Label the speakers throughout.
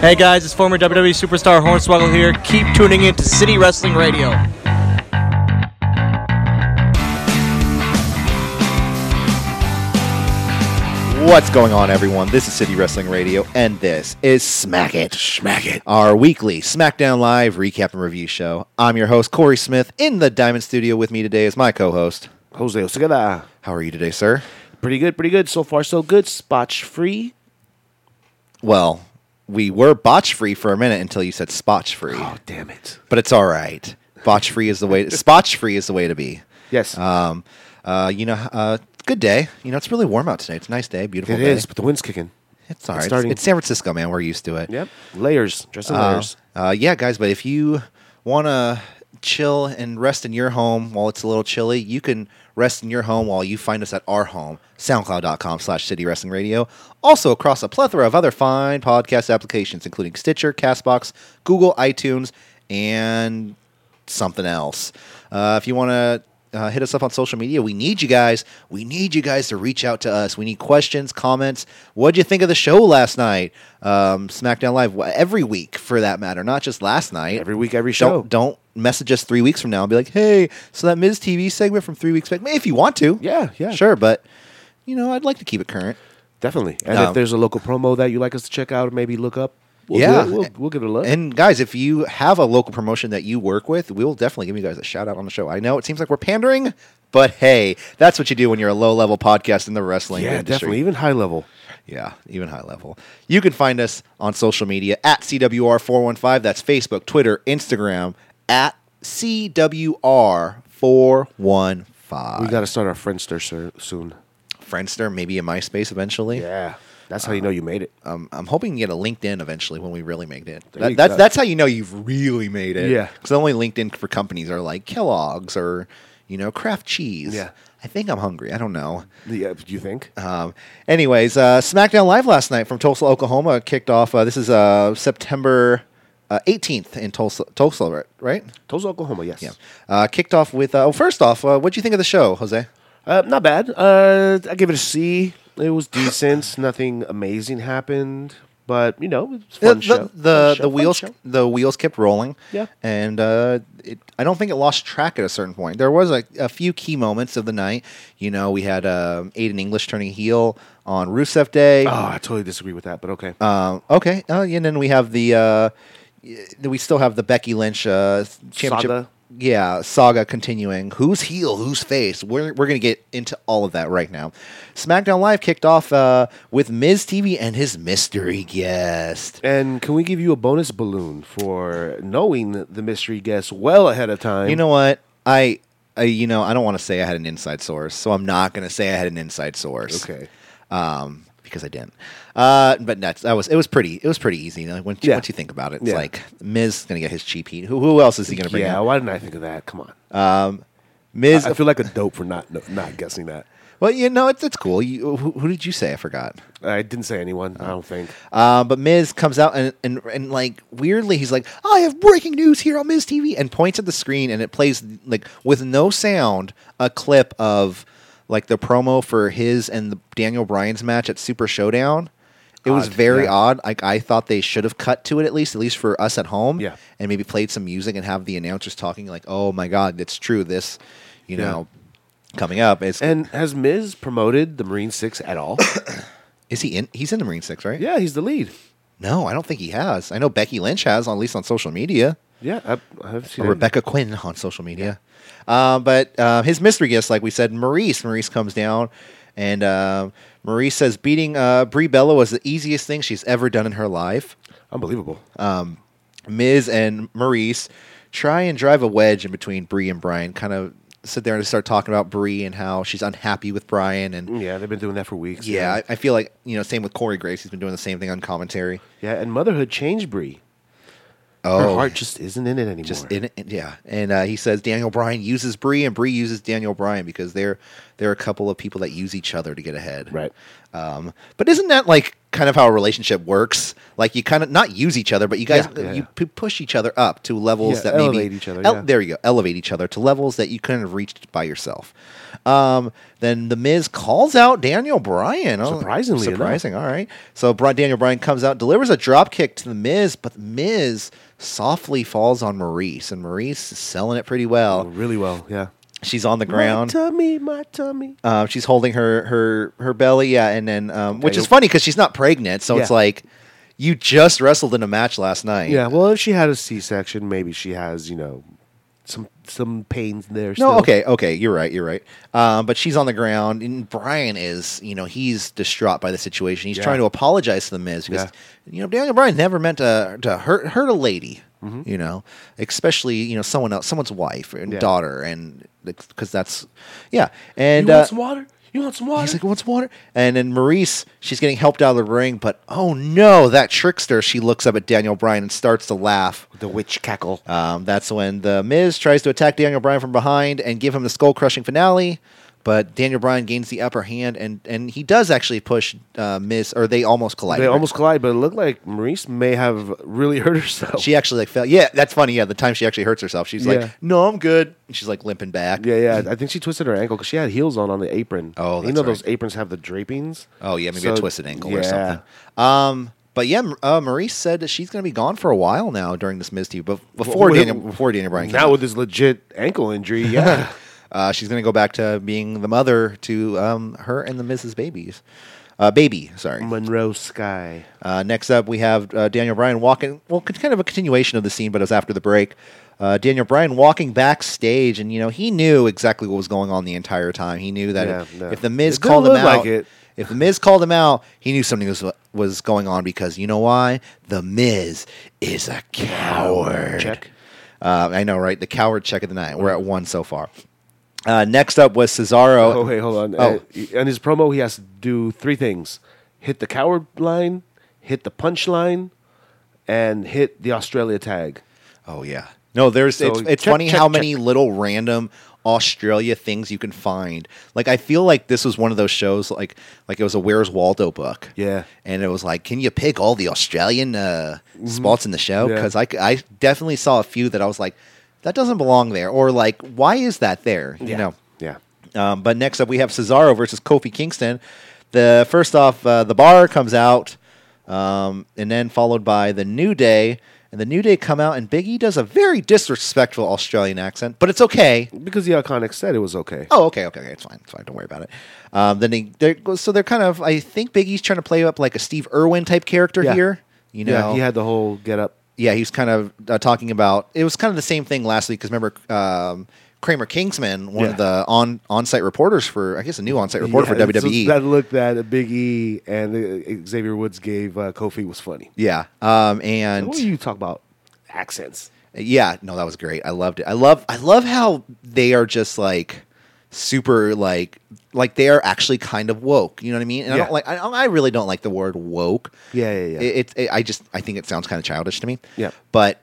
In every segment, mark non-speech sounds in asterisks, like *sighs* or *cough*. Speaker 1: Hey guys, it's former WWE superstar Hornswoggle here. Keep tuning in to City Wrestling Radio.
Speaker 2: What's going on, everyone? This is City Wrestling Radio, and this is Smack It. Smack It. Our weekly SmackDown Live recap and review show. I'm your host, Corey Smith. In the Diamond Studio with me today is my co host.
Speaker 3: Jose Osagada.
Speaker 2: How are you today, sir?
Speaker 3: Pretty good, pretty good. So far, so good. Spotch free.
Speaker 2: Well, we were botch free for a minute until you said spotch free,
Speaker 3: Oh, damn it.
Speaker 2: but it's all right. Botch free is the
Speaker 3: *laughs*
Speaker 2: way. Spotch free is the way to be.
Speaker 3: Yes.
Speaker 2: Um. Uh. You know. Uh. Good day. You know, it's really warm out today. It's a nice day. Beautiful
Speaker 3: it
Speaker 2: day.
Speaker 3: is, but the wind's kicking.
Speaker 2: It's all right.
Speaker 3: It's
Speaker 2: It's,
Speaker 3: starting-
Speaker 2: it's San Francisco, man. We're used to it.
Speaker 3: Yep. Layers. Dress in
Speaker 2: Uh,
Speaker 3: layers.
Speaker 2: uh, yeah, guys, but if you want to chill and rest in your home while it's a little chilly, you can rest in your home while you find us at our home, soundcloud.com slash city wrestling radio. Also across a plethora of other fine podcast applications, including Stitcher, CastBox, Google, iTunes, and something else. Uh, if you want to uh, hit us up on social media, we need you guys. We need you guys to reach out to us. We need questions, comments. What'd you think of the show last night? Um, SmackDown Live wh- every week, for that matter, not just last night.
Speaker 3: Every week, every show.
Speaker 2: Don't, don't message us three weeks from now and be like, "Hey, so that Ms. TV segment from three weeks back." If you want to,
Speaker 3: Yeah, yeah.
Speaker 2: sure, but you know, I'd like to keep it current.
Speaker 3: Definitely. And
Speaker 2: Um,
Speaker 3: if there's a local promo that you'd like us to check out, maybe look up. We'll
Speaker 2: yeah,
Speaker 3: do it. We'll, we'll give it a look.
Speaker 2: And guys, if you have a local promotion that you work with, we'll definitely give you guys a shout out on the show. I know it seems like we're pandering, but hey, that's what you do when you're a low level podcast in the wrestling
Speaker 3: yeah,
Speaker 2: industry.
Speaker 3: definitely. Even high level.
Speaker 2: Yeah, even high level. You can find us on social media at CWR415. That's Facebook, Twitter, Instagram at CWR415.
Speaker 3: We got to start our Friendster sir, soon.
Speaker 2: Friendster, maybe a MySpace eventually.
Speaker 3: Yeah. Uh, That's how you know you made it.
Speaker 2: Um, I'm hoping you get a LinkedIn eventually when we really made it.
Speaker 3: There
Speaker 2: That,
Speaker 3: you
Speaker 2: that's
Speaker 3: go.
Speaker 2: that's how you know you've really made it.
Speaker 3: Yeah.
Speaker 2: because only LinkedIn for companies are like Kellogg's or you know Kraft Cheese.
Speaker 3: Yeah.
Speaker 2: I think I'm hungry. I don't know.
Speaker 3: Yeah, do you think?
Speaker 2: Um, anyways, uh, SmackDown Live last night from Tulsa, Oklahoma kicked off. Uh, this is uh, September uh, 18th in Tulsa, Tulsa, right? right?
Speaker 3: Tulsa, Oklahoma, yes.
Speaker 2: Yeah. Uh, kicked off with. Uh, oh, first off, uh, what'd you think of the show, Jose?
Speaker 3: Uh, not bad. Uh, I give it a C. It was decent. Nothing amazing happened, but you know, it's fun
Speaker 2: the,
Speaker 3: show.
Speaker 2: The
Speaker 3: Fun
Speaker 2: the,
Speaker 3: show,
Speaker 2: the
Speaker 3: fun
Speaker 2: wheels
Speaker 3: show.
Speaker 2: the wheels kept rolling.
Speaker 3: Yeah.
Speaker 2: and uh, it, I don't think it lost track at a certain point. There was a, a few key moments of the night. You know, we had um, Aiden English turning heel on Rusev Day.
Speaker 3: Oh, I totally disagree with that, but okay.
Speaker 2: Um, okay, uh, and then we have the uh, y- we still have the Becky Lynch uh, championship.
Speaker 3: Saga.
Speaker 2: Yeah, saga continuing. Who's heel? Who's face? We're, we're going to get into all of that right now. SmackDown Live kicked off uh, with Miz TV and his mystery guest.
Speaker 3: and can we give you a bonus balloon for knowing the mystery guest well ahead of time?
Speaker 2: You know what? I, I you know, I don't want to say I had an inside source, so I'm not going to say I had an inside source.
Speaker 3: Okay.
Speaker 2: Um, because I didn't. Uh, but that's that was it was pretty it was pretty easy. Like once, you
Speaker 3: Yeah.
Speaker 2: once you think about it, it's
Speaker 3: Yeah.
Speaker 2: like Miz is going to get his cheap heat. Who, who else is he going to bring
Speaker 3: Yeah,
Speaker 2: out? Uh,
Speaker 3: why didn't I think of that? Come on.
Speaker 2: Miz.
Speaker 3: I feel like a dope for not no, not guessing that.
Speaker 2: well, you know, it's it's cool. You, who, who did you say? I forgot.
Speaker 3: I didn't say anyone. I don't think.
Speaker 2: Uh, but Miz comes out and, and and like weirdly he's like, I have breaking news here on Miz TV and points at the screen and it plays like with no sound a clip of like the promo for his and the Daniel Bryan's match at Super Showdown. It was
Speaker 3: Odd,
Speaker 2: very
Speaker 3: yeah.
Speaker 2: odd. Like I thought they should have cut to it at least, at least for us at home.
Speaker 3: Yeah.
Speaker 2: And maybe played some music and have the announcers talking like, Oh my god, it's true, this you
Speaker 3: Yeah.
Speaker 2: know coming up. It's
Speaker 3: And has Miz promoted the Marine Six
Speaker 2: *coughs*
Speaker 3: at all?
Speaker 2: is he in he's in the Marine Six, right?
Speaker 3: yeah, he's the lead.
Speaker 2: No, I don't think he has. I know Becky Lynch has, at least on social media.
Speaker 3: Yeah, I, I've seen
Speaker 2: Or
Speaker 3: him.
Speaker 2: Oh, Rebecca Quinn on social media. Uh, but uh, his mystery guest, like we said, Maurice. Maurice comes down, and uh, Maurice says beating uh, Brie Bella was the easiest thing she's ever done in her life.
Speaker 3: Unbelievable.
Speaker 2: Miz and Maurice try and drive a wedge in between Brie and Brian. Kind of sit there and start talking about Brie and how she's unhappy with Brian. And
Speaker 3: yeah, they've been doing that for weeks.
Speaker 2: yeah, I, I feel like you know, same with Corey Grace. He's been doing the same thing on commentary.
Speaker 3: Yeah, and motherhood changed Brie. Her
Speaker 2: Oh,
Speaker 3: heart just isn't in it anymore.
Speaker 2: just in it, yeah. And uh, he says Daniel Bryan uses Bree, and Bree uses Daniel Bryan because they're they're a couple of people that use each other to get ahead.
Speaker 3: Right.
Speaker 2: Um, but isn't that like kind of how a relationship works? Like you kind of not use each other, but you guys
Speaker 3: Yeah, yeah,
Speaker 2: you
Speaker 3: yeah.
Speaker 2: p- push each other up to levels
Speaker 3: Yeah,
Speaker 2: that maybe
Speaker 3: elevate each other, yeah.
Speaker 2: There you go, elevate each other to levels that you couldn't have reached by yourself. Um, then the Miz calls out Daniel Bryan. Oh,
Speaker 3: Surprisingly enough.
Speaker 2: surprising. All right. So Bri- Daniel Bryan comes out, delivers a drop kick to the Miz, but the Miz softly falls on Maurice, and Maurice is selling it pretty well.
Speaker 3: really well. Yeah.
Speaker 2: She's on the ground.
Speaker 3: My tummy, my tummy.
Speaker 2: Um, she's holding her her her belly, yeah, and then um, which is
Speaker 3: Okay.
Speaker 2: funny because she's not pregnant, so it's
Speaker 3: Yeah.
Speaker 2: like you just wrestled in a match last night.
Speaker 3: Yeah. Well, if she had a C-section, maybe she has you know some some pains there.
Speaker 2: No,
Speaker 3: still.
Speaker 2: okay, okay, you're right, you're right. Um, but she's on the ground, and Brian is, you know, he's distraught by the situation. He's
Speaker 3: Yeah.
Speaker 2: trying to apologize to the Miz because, you know, Daniel Bryan never meant to to hurt hurt a lady, you know, especially you know someone else, someone's wife and
Speaker 3: Mm-hmm. Yeah.
Speaker 2: daughter, and because that's yeah. And uh,
Speaker 3: water? You want some
Speaker 2: He's like, "What's water?" And then Maurice, she's getting helped out of the ring, but oh no, that trickster! She looks up at Daniel Bryan and starts to laugh.
Speaker 3: the witch cackle.
Speaker 2: Um, that's when the Miz tries to attack Daniel Bryan from behind and give him the skull crushing finale, but Daniel Bryan gains the upper hand and and he does actually push uh, Miz, or they almost collide.
Speaker 3: They
Speaker 2: right?
Speaker 3: almost collide, but it looked like Maurice may have really *laughs* hurt herself.
Speaker 2: She actually like fell. Yeah, that's funny. Yeah, the time she actually hurts herself, she's
Speaker 3: Yeah.
Speaker 2: like, "No, I'm good." And she's like limping back.
Speaker 3: yeah, yeah. I think she twisted her ankle because she had heels on on the apron.
Speaker 2: Oh,
Speaker 3: you
Speaker 2: that's
Speaker 3: know
Speaker 2: right.
Speaker 3: those aprons have the drapings.
Speaker 2: Oh yeah, maybe a
Speaker 3: So,
Speaker 2: twisted ankle or
Speaker 3: yeah.
Speaker 2: something. Um, but yeah, M- uh, Maurice said that she's going to be gone for a while now during this Miz TV. But before
Speaker 3: Well,
Speaker 2: Daniel,
Speaker 3: with-
Speaker 2: before Daniel Bryan, came
Speaker 3: Now
Speaker 2: out.
Speaker 3: with this legit
Speaker 2: *laughs*
Speaker 3: ankle injury, yeah.
Speaker 2: uh, she's going to go back to being the mother to um, her and the Mrs. Babies, uh, baby. Sorry.
Speaker 3: Monroe Sky.
Speaker 2: Uh, next up, we have uh, Daniel Bryan walking. Well, it's kind of a continuation of the scene, but it was after the break. Uh, Daniel Bryan walking backstage, and you know he knew exactly what was going on the entire time. He knew that
Speaker 3: Yeah,
Speaker 2: if,
Speaker 3: no.
Speaker 2: if the Miz
Speaker 3: It didn't
Speaker 2: called him
Speaker 3: look
Speaker 2: out,
Speaker 3: like it.
Speaker 2: if the Miz called him out, he knew something was was going on because you know why? The Miz is a coward.
Speaker 3: Check.
Speaker 2: Uh, I know, right? The coward check of the night. We're at one so far. Uh, next up was Cesaro.
Speaker 3: Oh wait, hold on.
Speaker 2: Oh.
Speaker 3: Uh, on his promo, he has to do three things: hit the coward line, hit the punch line, and hit the Australia tag.
Speaker 2: Oh yeah. No, there's
Speaker 3: So
Speaker 2: it's, it's
Speaker 3: check,
Speaker 2: funny
Speaker 3: check,
Speaker 2: how
Speaker 3: check.
Speaker 2: many little random Australia things you can find. Like I feel like this was one of those shows like like it was a Where's Waldo book.
Speaker 3: Yeah.
Speaker 2: And it was like, can you pick all the Australian uh, spots in the show?
Speaker 3: Mm-hmm. Yeah.
Speaker 2: Because I, c- I definitely saw a few that I was like, that doesn't belong there, or like, why is that there? You know.
Speaker 3: Yeah.
Speaker 2: Um, but next up, we have Cesaro versus Kofi Kingston. The first off, uh, the bar comes out, um, and then followed by the New Day. And the New Day come out, and Big E does a very disrespectful Australian accent, but it's okay.
Speaker 3: Because the iconic said it was okay.
Speaker 2: Oh, okay, okay, okay, it's fine, it's fine. Don't worry about it. Um, then they, they're so they're kind of. I think Big E's trying to play up like a Steve Irwin type character
Speaker 3: Yeah.
Speaker 2: here. You know,
Speaker 3: yeah, he had the whole get up.
Speaker 2: yeah, he was kind of uh, talking about it was kind of the same thing last week because remember um, Kramer Kingsman, one of
Speaker 3: Yeah.
Speaker 2: the on on-site reporters for I guess a new on-site reporter
Speaker 3: Yeah,
Speaker 2: for E.
Speaker 3: so
Speaker 2: WWE.
Speaker 3: that look that Big E and uh, Xavier Woods gave uh, Kofi was funny.
Speaker 2: yeah, um, and
Speaker 3: What do you talk about? Accents.
Speaker 2: yeah, no, that was great. I loved it. I love I love how they are just like super like like they are actually kind of woke. You know what I mean? And I
Speaker 3: Yeah.
Speaker 2: don't like I, I really don't like the word woke.
Speaker 3: Yeah, yeah, yeah.
Speaker 2: It, it, I just I think it sounds kind of childish to me.
Speaker 3: Yeah.
Speaker 2: but.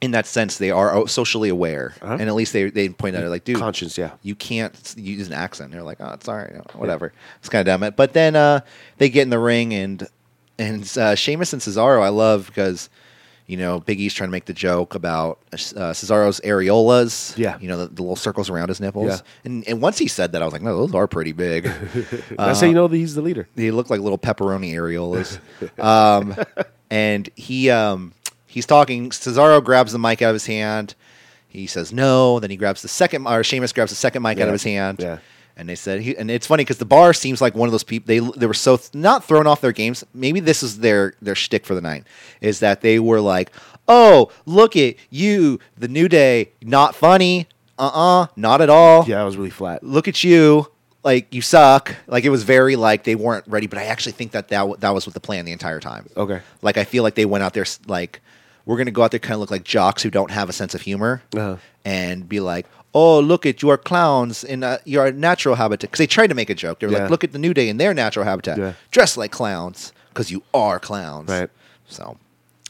Speaker 2: In that sense, they are socially aware,
Speaker 3: Uh-huh.
Speaker 2: and at least they they point out like, dude,
Speaker 3: Conscience, yeah.
Speaker 2: you can't s- use an accent. They're like, oh, it's all right, you know, whatever. It's kind of dumb. It, but then uh, they get in the ring and and uh, Sheamus and Cesaro, I love because you know Big E's trying to make the joke about uh, Cesaro's areolas.
Speaker 3: Yeah.
Speaker 2: you know the, the little circles around his nipples.
Speaker 3: Yeah.
Speaker 2: And and once he said that, I was like, no, those are pretty big.
Speaker 3: *laughs*
Speaker 2: Uh,
Speaker 3: That's how you know that he's the leader.
Speaker 2: they look like little pepperoni areolas.
Speaker 3: *laughs*
Speaker 2: um, and he um, he's talking. Cesaro grabs the mic out of his hand. He says no. Then he grabs the second, or Sheamus grabs the second mic out
Speaker 3: Yeah.
Speaker 2: of his hand.
Speaker 3: Yeah.
Speaker 2: And they said, he, and it's funny because the bar seems like one of those people. They they were so th- not thrown off their games. Maybe this is their their shtick for the night is that they were like, oh look at you, the new day, not funny, uh uh not at all
Speaker 3: Yeah, I was really flat.
Speaker 2: look at you like you suck like it was very like they weren't ready but i actually think that that, w- that was with the plan the entire time
Speaker 3: Okay.
Speaker 2: like i feel like they went out there s- like we're gonna go out there kind of look like jocks who don't have a sense of humor
Speaker 3: Uh-huh.
Speaker 2: and be like oh look at you are clowns in uh, your natural habitat because they tried to make a joke they were
Speaker 3: Yeah.
Speaker 2: like look at the new day in their natural habitat
Speaker 3: Yeah.
Speaker 2: dress like clowns because you are clowns
Speaker 3: Right.
Speaker 2: so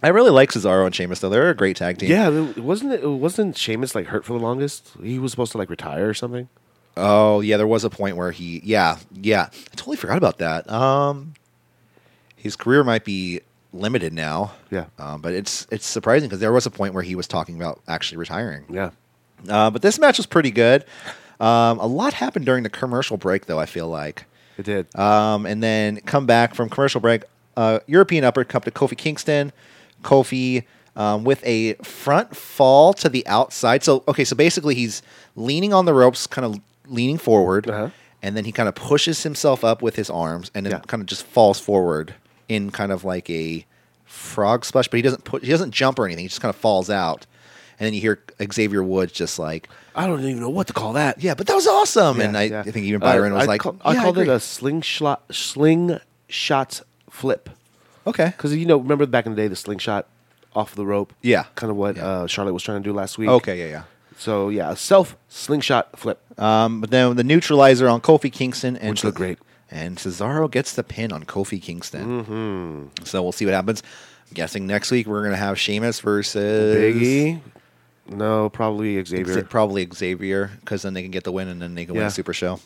Speaker 2: i really like cesaro and Sheamus, though they're a great tag team
Speaker 3: Yeah, th- wasn't it? Wasn't Sheamus like hurt for the longest? He was supposed to like retire or something.
Speaker 2: Oh yeah, there was a point where he yeah yeah I totally forgot about that. Um, his career might be limited now.
Speaker 3: Yeah.
Speaker 2: um, but it's it's surprising because there was a point where he was talking about actually retiring.
Speaker 3: Yeah.
Speaker 2: Uh, but this match was pretty good. Um, a lot happened during the commercial break though. I feel like.
Speaker 3: It did.
Speaker 2: Um, and then come back from commercial break. Uh, European uppercut to Kofi Kingston. Kofi um, with a front fall to the outside. So okay, so basically he's leaning on the ropes, kind of leaning forward,
Speaker 3: Uh-huh.
Speaker 2: and then he kind of pushes himself up with his arms, and then
Speaker 3: Yeah.
Speaker 2: kind of just falls forward in kind of like a frog splash. But he doesn't put, he doesn't jump or anything. He just kind of falls out, and then you hear Xavier Woods just like.
Speaker 3: I don't even know what to call that.
Speaker 2: Yeah, but that was awesome, and
Speaker 3: Yeah,
Speaker 2: I,
Speaker 3: yeah.
Speaker 2: I think even
Speaker 3: Uh,
Speaker 2: Byron was
Speaker 3: I
Speaker 2: like,
Speaker 3: ca- I
Speaker 2: "Yeah,
Speaker 3: called it
Speaker 2: agree."
Speaker 3: a slingshot, slingshot flip.
Speaker 2: okay."
Speaker 3: Because, you know, remember back in the day, the slingshot off the rope?
Speaker 2: Yeah.
Speaker 3: Kind of what
Speaker 2: Yeah.
Speaker 3: uh, Charlotte was trying to do last week.
Speaker 2: Okay, yeah, yeah.
Speaker 3: So, yeah, a self slingshot flip.
Speaker 2: Um, but then the neutralizer on Kofi Kingston and
Speaker 3: Which looked great.
Speaker 2: And Cesaro gets the pin on Kofi Kingston.
Speaker 3: Mm-hmm.
Speaker 2: So we'll see what happens. I'm guessing next week we're gonna have Sheamus versus
Speaker 3: Biggie? No, probably Xavier.
Speaker 2: Exa- probably Xavier, because then they can get the win and then they can win
Speaker 3: Yeah.
Speaker 2: a Super Show.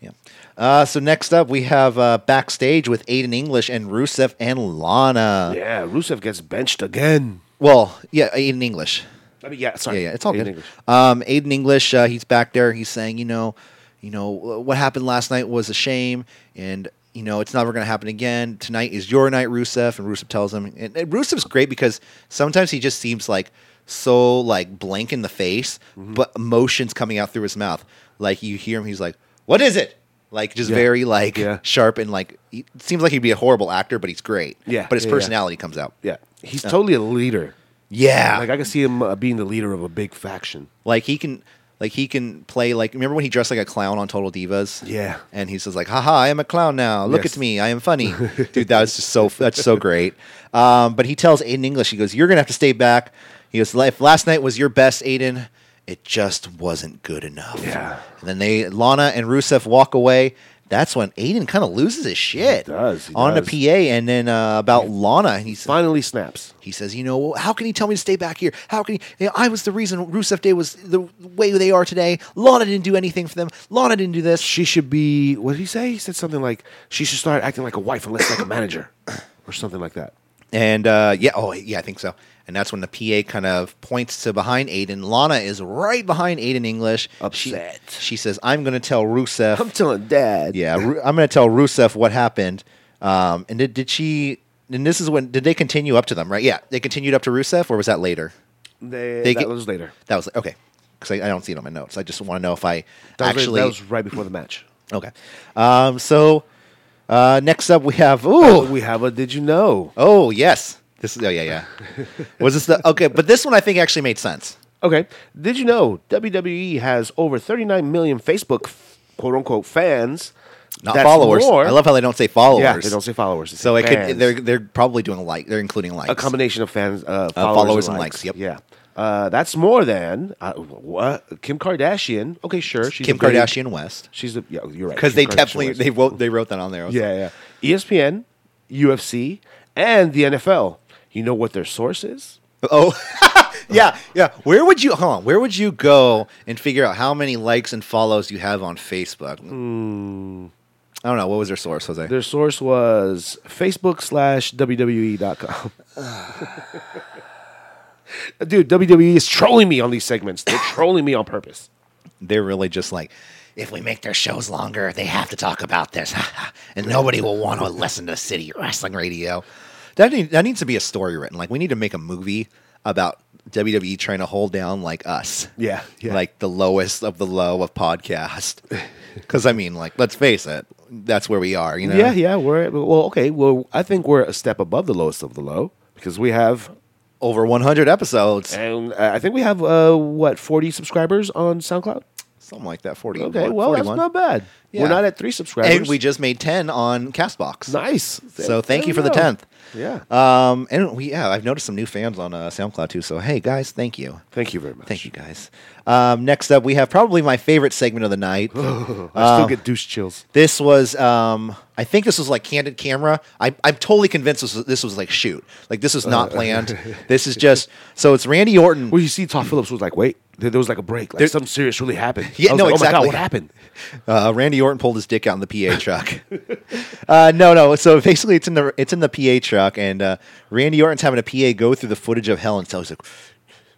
Speaker 2: Yeah. Uh, so next up we have uh, backstage with Aiden English and Rusev and Lana.
Speaker 3: Yeah, Rusev gets benched again.
Speaker 2: Well, yeah, Aiden English.
Speaker 3: I mean, yeah, sorry.
Speaker 2: Yeah, yeah, it's all
Speaker 3: In
Speaker 2: good.
Speaker 3: English.
Speaker 2: Um, Aiden English, uh, he's back there. He's saying, you know, you know what happened last night was a shame, and you know it's never going to happen again. Tonight is your night, Rusev. And Rusev tells him, and, and Rusev's great because sometimes he just seems like so like blank in the face,
Speaker 3: Mm-hmm.
Speaker 2: but emotions coming out through his mouth. Like you hear him, he's like, "What is it?" Like just
Speaker 3: Yeah.
Speaker 2: very like
Speaker 3: Yeah.
Speaker 2: sharp and like he, seems like he'd be a horrible actor, but he's great.
Speaker 3: Yeah,
Speaker 2: but his
Speaker 3: yeah, yeah.
Speaker 2: personality comes out.
Speaker 3: Yeah, he's totally a leader.
Speaker 2: yeah.
Speaker 3: Like I can see him uh, being the leader of a big faction.
Speaker 2: Like he can like he can play like remember when he dressed like a clown on Total Divas?
Speaker 3: Yeah.
Speaker 2: And he says like, "Haha, I am a clown now. Look
Speaker 3: Yes.
Speaker 2: at me. I am
Speaker 3: *laughs*
Speaker 2: funny." Dude, that was just so that's so great. Um, but he tells Aiden English, he goes, "You're going to have to stay back." He goes, "If last night was your best, Aiden, it just wasn't good enough."
Speaker 3: Yeah.
Speaker 2: And then they Lana and Rusev walk away. That's when Aiden kind of loses his shit
Speaker 3: does, he
Speaker 2: on
Speaker 3: does.
Speaker 2: the PA, and then uh, about Lana, and he's
Speaker 3: Finally snaps.
Speaker 2: he says, you know, how can he tell me to stay back here? How can he? You know, I was the reason Rusev Day was the way they are today. Lana didn't do anything for them. Lana didn't do this.
Speaker 3: She should be. What did he say? He said something like she should start acting like a wife and less like a manager, *coughs* or something like that.
Speaker 2: And uh, yeah, oh yeah, I think so. And that's when the PA kind of points to behind Aiden. Lana is right behind Aiden English. She-
Speaker 3: Upset.
Speaker 2: She, says, "I'm going to tell Rusev."
Speaker 3: I'm telling
Speaker 2: *laughs*
Speaker 3: Dad.
Speaker 2: yeah, Ru- I'm going to tell Rusev what happened. Um, and did, did she? And this is when did they continue up to them? Right? Yeah, they continued up to Rusev, or was that later?
Speaker 3: they,
Speaker 2: They
Speaker 3: that
Speaker 2: get-
Speaker 3: was later.
Speaker 2: That was okay. Because I, I don't see it on my notes. I just want to know if I
Speaker 3: That was later.
Speaker 2: actually
Speaker 3: that was right before the match.
Speaker 2: Okay. Um, so uh, next up we have
Speaker 3: *coughs* Oh,
Speaker 2: ooh
Speaker 3: we have a. Did you know?
Speaker 2: oh yes this is oh yeah yeah
Speaker 3: *laughs*
Speaker 2: was this the okay but this one I think actually made sense
Speaker 3: Okay. Did you know WWE has over 39 million Facebook quote unquote fans,
Speaker 2: not
Speaker 3: That's
Speaker 2: followers
Speaker 3: more-
Speaker 2: I love how they don't say followers
Speaker 3: Yeah, they don't say followers. They
Speaker 2: so
Speaker 3: say
Speaker 2: it could
Speaker 3: fans.
Speaker 2: they're they're probably doing like they're including likes
Speaker 3: a combination of fans, uh, followers,
Speaker 2: followers and likes, yep.
Speaker 3: Yeah. Uh, that's more than uh, what Kim Kardashian. Okay, sure. She's
Speaker 2: Kim
Speaker 3: a very-
Speaker 2: Kardashian West
Speaker 3: She's a yeah. You're right.
Speaker 2: because
Speaker 3: Kim
Speaker 2: they
Speaker 3: Kardashian
Speaker 2: definitely
Speaker 3: West.
Speaker 2: they wrote they wrote that on there I was like,
Speaker 3: yeah E yeah. ESPN, UFC, and the NFL. You know what their source is?
Speaker 2: oh *laughs* yeah yeah where would you hold on where would you go and figure out how many likes and follows you have on Facebook I don't know what was their source Jose
Speaker 3: Hmm. Their source was Facebook slash
Speaker 2: *sighs*
Speaker 3: E WWE.com. Dude, WWE is trolling me on these segments. They're trolling me on purpose.
Speaker 2: they're really just like if we make their shows longer they have to talk about this *laughs* and nobody will want to listen to city wrestling radio that, need, that needs to be a story written like we need to make a movie about wwe trying to hold down like us
Speaker 3: Yeah, yeah.
Speaker 2: like the lowest of the low of
Speaker 3: *laughs*
Speaker 2: podcast because i mean like let's face it that's where we are you know
Speaker 3: Yeah, yeah. We're well, okay. Well, I think we're a step above the lowest of the low because we have,
Speaker 2: over 100 episodes
Speaker 3: and uh, I think we have uh, what forty subscribers on SoundCloud.
Speaker 2: something like that 40
Speaker 3: Okay, well, that's
Speaker 2: 41.
Speaker 3: not bad.
Speaker 2: Yeah.
Speaker 3: We're not at three subscribers.
Speaker 2: and we just made 10 on castbox
Speaker 3: nice.
Speaker 2: So
Speaker 3: There
Speaker 2: thank you
Speaker 3: we
Speaker 2: for the
Speaker 3: go.
Speaker 2: tenth.
Speaker 3: Yeah.
Speaker 2: Um, and we yeah, I've noticed some new fans on uh, SoundCloud too. So hey guys, thank you,
Speaker 3: Thank you very much.
Speaker 2: thank you guys. Um, next up, we have probably my favorite segment of the night.
Speaker 3: I
Speaker 2: Um,
Speaker 3: still get douche chills.
Speaker 2: this was um, I think this was like candid camera. I, I'm totally convinced this was, this was like shoot, like this was not planned. this is just so it's Randy Orton.
Speaker 3: Well, you see, Todd Phillips was like, "Wait, there, there was like a break. Like
Speaker 2: There-
Speaker 3: something serious really happened.
Speaker 2: Yeah,
Speaker 3: I was
Speaker 2: no,
Speaker 3: like, Oh my
Speaker 2: exactly.
Speaker 3: god, what happened?
Speaker 2: Uh, Randy Orton pulled his dick out in the PA truck. *laughs* uh, no, no. So basically, it's in the it's in the PA truck, and uh, Randy Orton's having a PA go through the footage of hell, and so he's like,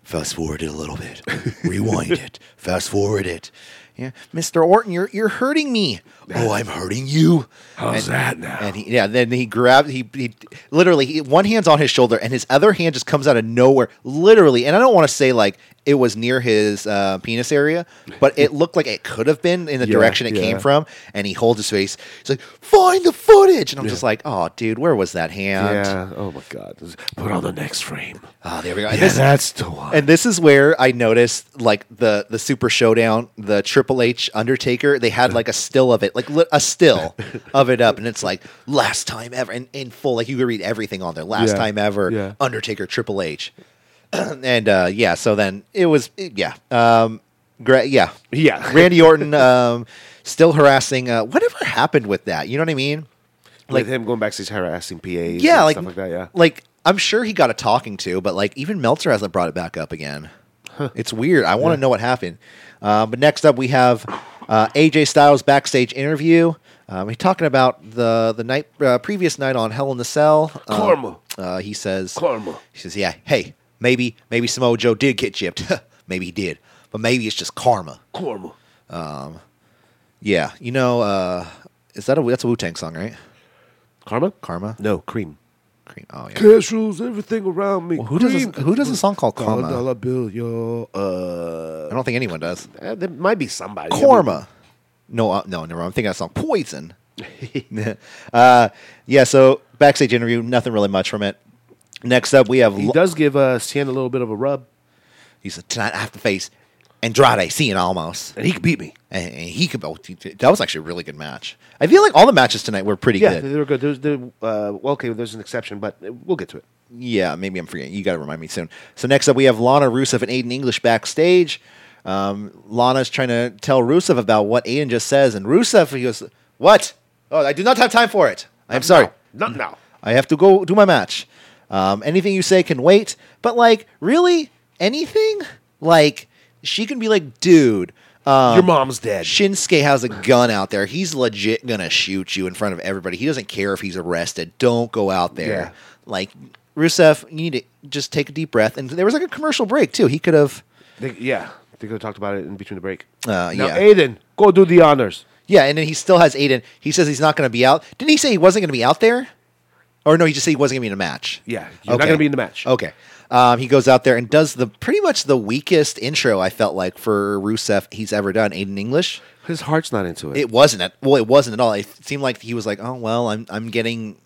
Speaker 2: "Fast forward it a little bit, rewind it, fast forward it." Yeah, Mister Orton, you're you're hurting me. Oh, I'm hurting you.
Speaker 3: How's that now?
Speaker 2: And he, yeah, then he grabbed he, he literally he, one hand's on his shoulder and his other hand just comes out of nowhere, literally. And I don't want to say like it was near his uh, penis area, but it looked like it could have been in the
Speaker 3: Yeah,
Speaker 2: direction it came
Speaker 3: yeah.
Speaker 2: from. And he holds his face. He's like, "Find the footage," and I'm just like, "Oh, dude, where was that hand?
Speaker 3: yeah. Oh my god. Put on the next frame.
Speaker 2: Oh, there we go." And
Speaker 3: Yeah,
Speaker 2: this-
Speaker 3: that's the one.
Speaker 2: and this is where I noticed, like the the Super Showdown, the Triple H Undertaker. They had like a still of it, like li- a still of it up, and it's like last time ever, and in full, like you could read everything on there. Last
Speaker 3: Yeah,
Speaker 2: time ever,
Speaker 3: yeah.
Speaker 2: Undertaker, Triple H, *clears throat* and uh, yeah. So then it was, yeah, um, gra- yeah,
Speaker 3: Yeah.
Speaker 2: Randy Orton um, still harassing. Uh, whatever happened with that? You know what I mean?
Speaker 3: like him going backstage harassing PAs.
Speaker 2: Yeah,
Speaker 3: and
Speaker 2: like
Speaker 3: stuff like that. Yeah.
Speaker 2: like I'm sure he got a talking to, but like even Meltzer hasn't brought it back up again. It's weird. I want to know what happened. Uh, but next up, we have uh, AJ Styles backstage interview. Um, he's talking about the the night uh, previous night on Hell in the Cell. Um,
Speaker 3: Karma.
Speaker 2: Uh, he says.
Speaker 3: Karma.
Speaker 2: He says, "Yeah, hey, maybe maybe Samoa Joe did get gypped. *laughs* maybe he did, but maybe it's just karma.
Speaker 3: Korma.
Speaker 2: Yeah, you know, uh, is that a that's a Wu Tang song, right?
Speaker 3: Karma.
Speaker 2: Karma.
Speaker 3: No cream.
Speaker 2: Cream. Oh yeah.
Speaker 3: Cash rules everything around me.
Speaker 2: Well, who does a- who does a song called
Speaker 3: Dollar,
Speaker 2: Karma?
Speaker 3: dollar bill, yo.
Speaker 2: I
Speaker 3: Uh,
Speaker 2: don't think anyone does.
Speaker 3: eh, there might be somebody.
Speaker 2: Korma. No, uh, no, no, I'm thinking that song
Speaker 3: *laughs*
Speaker 2: Poison. *laughs* uh, yeah, so backstage interview, nothing really much from it. Next up, we have
Speaker 3: He
Speaker 2: Lo-
Speaker 3: does give uh, Cien a little bit of a rub,
Speaker 2: he said tonight I have to face Andrade Cien almost,
Speaker 3: and he could beat me.
Speaker 2: and, and he could. Oh, t- t- that was actually a really good match. I feel like all the matches tonight were pretty
Speaker 3: Yeah,
Speaker 2: good.
Speaker 3: they were good. There's, there, uh, well, okay, there's an exception, but uh, we'll get to it.
Speaker 2: Yeah, maybe I'm forgetting. You got to remind me soon. So next up, we have Lana Rusev and Aiden English backstage. Um, Lana's trying to tell Rusev about what Aiden just says, and Rusev he goes, "What? Oh, I do not have time for it. I'm sorry."
Speaker 3: Not now.
Speaker 2: I have to go do my match. Um, anything you say can wait. But like, really, anything? Like, she can be like, dude, um,
Speaker 3: Your mom's dead.
Speaker 2: Shinsuke has a gun out there. He's legit gonna shoot you in front of everybody. He doesn't care if he's arrested. Don't go out there.
Speaker 3: Yeah.
Speaker 2: Like, Rusev, you need to just take a deep breath. And there was like a commercial break too. He could have.
Speaker 3: They, yeah, they could have talked about it in between the break.
Speaker 2: Uh,
Speaker 3: now,
Speaker 2: yeah.
Speaker 3: Aiden, go do the honors.
Speaker 2: Yeah, and then he still has Aiden. He says he's not going to be out. Didn't he say he wasn't going to be out there? Or no, he just said he wasn't going to be in a match.
Speaker 3: Yeah, you're not gonna be in the match.
Speaker 2: Okay. Um, he goes out there and does the pretty much the weakest intro I felt like for Rusev he's ever done. Aiden English.
Speaker 3: His heart's not into it.
Speaker 2: It wasn't at well, it wasn't at all. It seemed like he was like, oh well, I'm I'm getting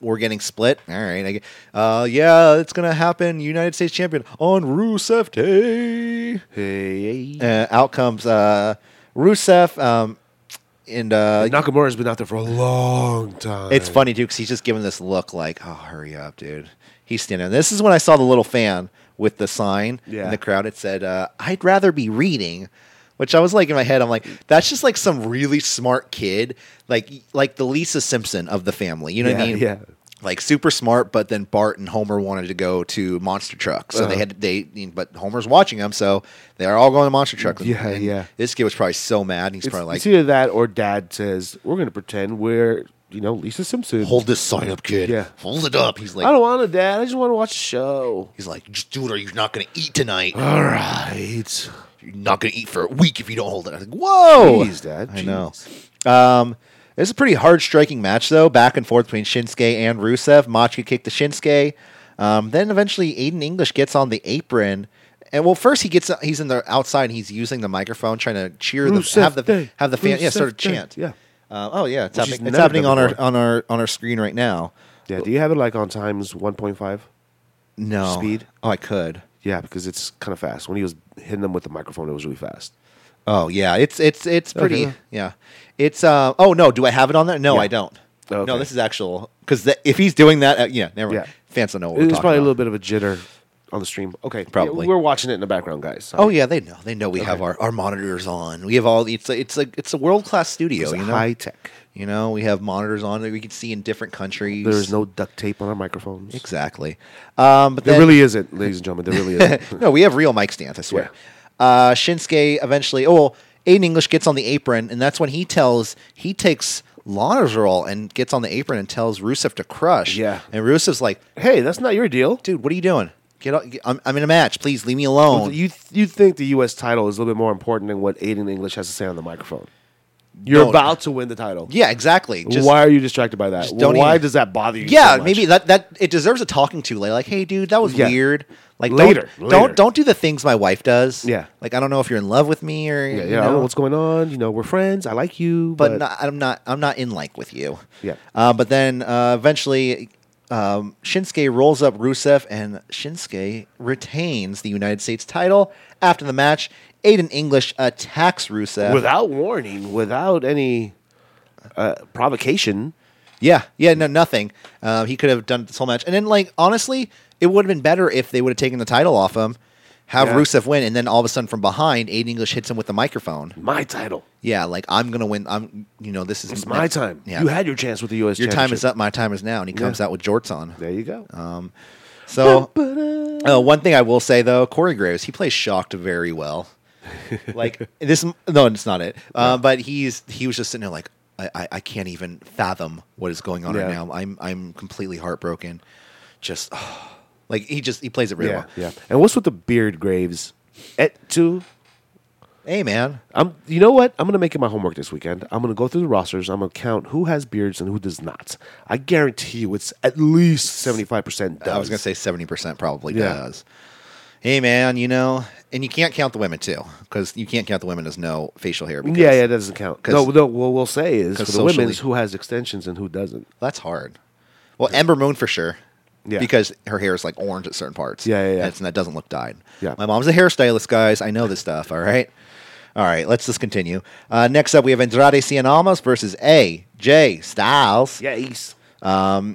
Speaker 2: we're getting split. All right, I get, uh, yeah, it's gonna happen. United States champion on Rusev Day
Speaker 3: hey,
Speaker 2: uh, out comes uh, Rusev, um, and uh,
Speaker 3: Nakamura's been out there for a long time.
Speaker 2: it's funny too because he's just giving this look like, "Oh, hurry up, dude." He's standing. This is when I saw the little fan with the sign
Speaker 3: Yeah.
Speaker 2: in the crowd. It said, uh, "I'd rather be reading." Which I was like in my head, I'm like, that's just like some really smart kid, like like the Lisa Simpson of the family. You know what I
Speaker 3: Yeah,
Speaker 2: mean?
Speaker 3: yeah.
Speaker 2: Like super smart, but then Bart and Homer wanted to go to Monster Truck, so
Speaker 3: Uh-huh.
Speaker 2: they had to, they. But Homer's watching them, so they're all going to Monster Truck. And-
Speaker 3: Yeah,
Speaker 2: and
Speaker 3: yeah.
Speaker 2: This kid was probably so mad. and He's
Speaker 3: It's,
Speaker 2: probably like,
Speaker 3: it's either that or dad says, We're going to pretend we're, you know, Lisa Simpson.
Speaker 2: hold this sign up, kid.
Speaker 3: Yeah.
Speaker 2: hold it up. He's like,
Speaker 3: I don't want to, dad. I just want to watch the show.
Speaker 2: He's like, just do it or you're not going to eat tonight.
Speaker 3: All right.
Speaker 2: You're not going to eat for a week if you don't hold it. I think, whoa.
Speaker 3: Jeez, Dad.
Speaker 2: I know. Um, this is a pretty hard striking match, though, back and forth between Shinsuke and Rusev. Machi kicked the Shinsuke. Um, then eventually, Aiden English gets on the apron. And well, first he gets he's in the outside and he's using the microphone trying to cheer the
Speaker 3: Rusev
Speaker 2: have the
Speaker 3: Day.
Speaker 2: have the fan yeah
Speaker 3: Rusev
Speaker 2: sort of
Speaker 3: Day.
Speaker 2: chant
Speaker 3: Yeah.
Speaker 2: Uh, oh yeah it's
Speaker 3: Which he's
Speaker 2: happening it's
Speaker 3: never
Speaker 2: happening
Speaker 3: done
Speaker 2: on our
Speaker 3: before.
Speaker 2: on our on our screen right now
Speaker 3: Yeah. Do you have it like on times 1.5?
Speaker 2: no
Speaker 3: Speed?
Speaker 2: oh I could
Speaker 3: Yeah, because it's kind of fast. When he was hitting them with the microphone, it was really fast.
Speaker 2: Oh yeah, it's it's it's pretty.
Speaker 3: Okay.
Speaker 2: Yeah, it's. Uh, oh no, do I have it on there? No,
Speaker 3: Yeah.
Speaker 2: I don't.
Speaker 3: Okay.
Speaker 2: No, this is actual because if he's doing that, uh, yeah, never. Mind.
Speaker 3: Yeah.
Speaker 2: Fans don't know what
Speaker 3: It
Speaker 2: we're
Speaker 3: was
Speaker 2: talking
Speaker 3: probably a
Speaker 2: about.
Speaker 3: little bit of a jitter on the stream. Okay.
Speaker 2: Probably.
Speaker 3: Yeah, we're watching it in the background, guys.
Speaker 2: Oh yeah, they know. They know we have our, our monitors on. We have all. It's a, it's a it's a world class studio. You know,
Speaker 3: High tech.
Speaker 2: you know we have monitors on that we can see in different countries.
Speaker 3: There is no duct tape on our microphones.
Speaker 2: exactly. Um, but
Speaker 3: There
Speaker 2: then-
Speaker 3: *laughs*
Speaker 2: *laughs*
Speaker 3: really isn't, ladies and gentlemen. There really isn't.
Speaker 2: no, we have real mic stands. I swear. Uh, Shinsuke eventually, oh, well, Aiden English gets on the apron, and that's when he tells, he takes Lana's role and gets on the apron and tells Rusev to crush.
Speaker 3: Yeah.
Speaker 2: And Rusev's like,
Speaker 3: Hey, that's not your deal.
Speaker 2: dude, what are you doing? Get, out- get I'm, I'm in a match. Please leave me alone.
Speaker 3: You you think the U.S. title is a little bit more important than what Aiden English has to say on the microphone? You're
Speaker 2: No.
Speaker 3: about to win the title.
Speaker 2: yeah, exactly. Just,
Speaker 3: Why are you distracted by that?
Speaker 2: just don't
Speaker 3: Why
Speaker 2: even-
Speaker 3: does that bother you?
Speaker 2: Yeah,
Speaker 3: so much?
Speaker 2: maybe that that it deserves a talking to. Like, like, hey, dude, that was
Speaker 3: Yeah.
Speaker 2: weird. Like,
Speaker 3: Later,
Speaker 2: don't,
Speaker 3: later.
Speaker 2: don't don't do the things my wife does.
Speaker 3: Yeah.
Speaker 2: like I don't know if you're in love with me or
Speaker 3: Yeah,
Speaker 2: you
Speaker 3: yeah. I don't
Speaker 2: know,
Speaker 3: know what's going on. You know, we're friends. I like you,
Speaker 2: but,
Speaker 3: but,
Speaker 2: not, I'm not I'm not in like with you.
Speaker 3: Yeah.
Speaker 2: Uh, but then uh, eventually, um, Shinsuke rolls up Rusev, and Shinsuke retains the United States title after the match. Aiden English attacks Rusev.
Speaker 3: without warning, without any uh, provocation.
Speaker 2: Yeah, yeah, no, nothing. Uh, he could have done this whole match, and then like honestly, it would have been better if they would have taken the title off him, have
Speaker 3: Yeah.
Speaker 2: Rusev win, and then all of a sudden from behind, Aiden English hits him with the microphone.
Speaker 3: My title.
Speaker 2: Yeah, like I'm gonna win. I'm, you know, this is
Speaker 3: It's my time.
Speaker 2: Yeah,
Speaker 3: You had your chance with the U.S.
Speaker 2: your time is Uh,
Speaker 3: championship.
Speaker 2: up. My time is now, and he comes out with jorts on.
Speaker 3: There you go.
Speaker 2: So, uh, one thing I will say though, Corey Graves, he plays shocked very
Speaker 3: *laughs*
Speaker 2: well. like this, no, it's not it. Uh, but he's he was just sitting there like, I, I, I can't even fathom what is going on right
Speaker 3: Yeah.
Speaker 2: now. I'm I'm completely heartbroken. Just like he just he plays it really
Speaker 3: yeah,
Speaker 2: well.
Speaker 3: yeah. And what's with the beard graves? Et tu?
Speaker 2: Hey man,
Speaker 3: I'm. You know what? I'm gonna make it my homework this weekend. I'm gonna go through the rosters. I'm gonna count who has beards and who does not. I guarantee you, it's at least seventy five percent.
Speaker 2: I was gonna say seventy percent probably
Speaker 3: Yeah.
Speaker 2: does. Hey man, you know, and you can't count the women too because you can't count the women as no facial hair. Because
Speaker 3: Yeah, yeah, that doesn't count.
Speaker 2: 'cause-
Speaker 3: No, no. What we'll say is for
Speaker 2: 'cause
Speaker 3: the
Speaker 2: socially-
Speaker 3: women's who has extensions and who doesn't.
Speaker 2: That's hard. Well, Ember Moon for sure.
Speaker 3: Yeah.
Speaker 2: Because her hair is like orange at certain parts.
Speaker 3: Yeah, yeah, yeah.
Speaker 2: And, it's- and that doesn't look dyed.
Speaker 3: Yeah.
Speaker 2: My mom's a hairstylist, guys. I know this stuff. All right. All right. Let's just continue. Uh, next up, we have Andrade Cien Almas versus AJ Styles.
Speaker 3: Yes.
Speaker 2: Uh,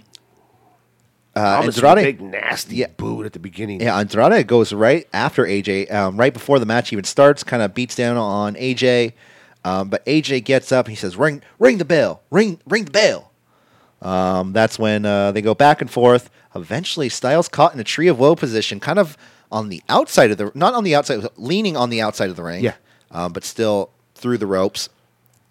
Speaker 3: I'm
Speaker 2: Andrade.
Speaker 3: big nasty
Speaker 2: Yeah.
Speaker 3: boot at the beginning.
Speaker 2: Yeah, Andrade goes right after AJ, um, right before the match even starts, kind of beats down on AJ. Um, but AJ gets up. He says, "Ring, ring the bell, ring, ring the bell." Um, that's when uh, they go back and forth. Eventually, Styles caught in a tree of woe position, kind of on the outside of the, not on the outside, leaning on the outside of the ring.
Speaker 3: Yeah.
Speaker 2: um, but still through the ropes,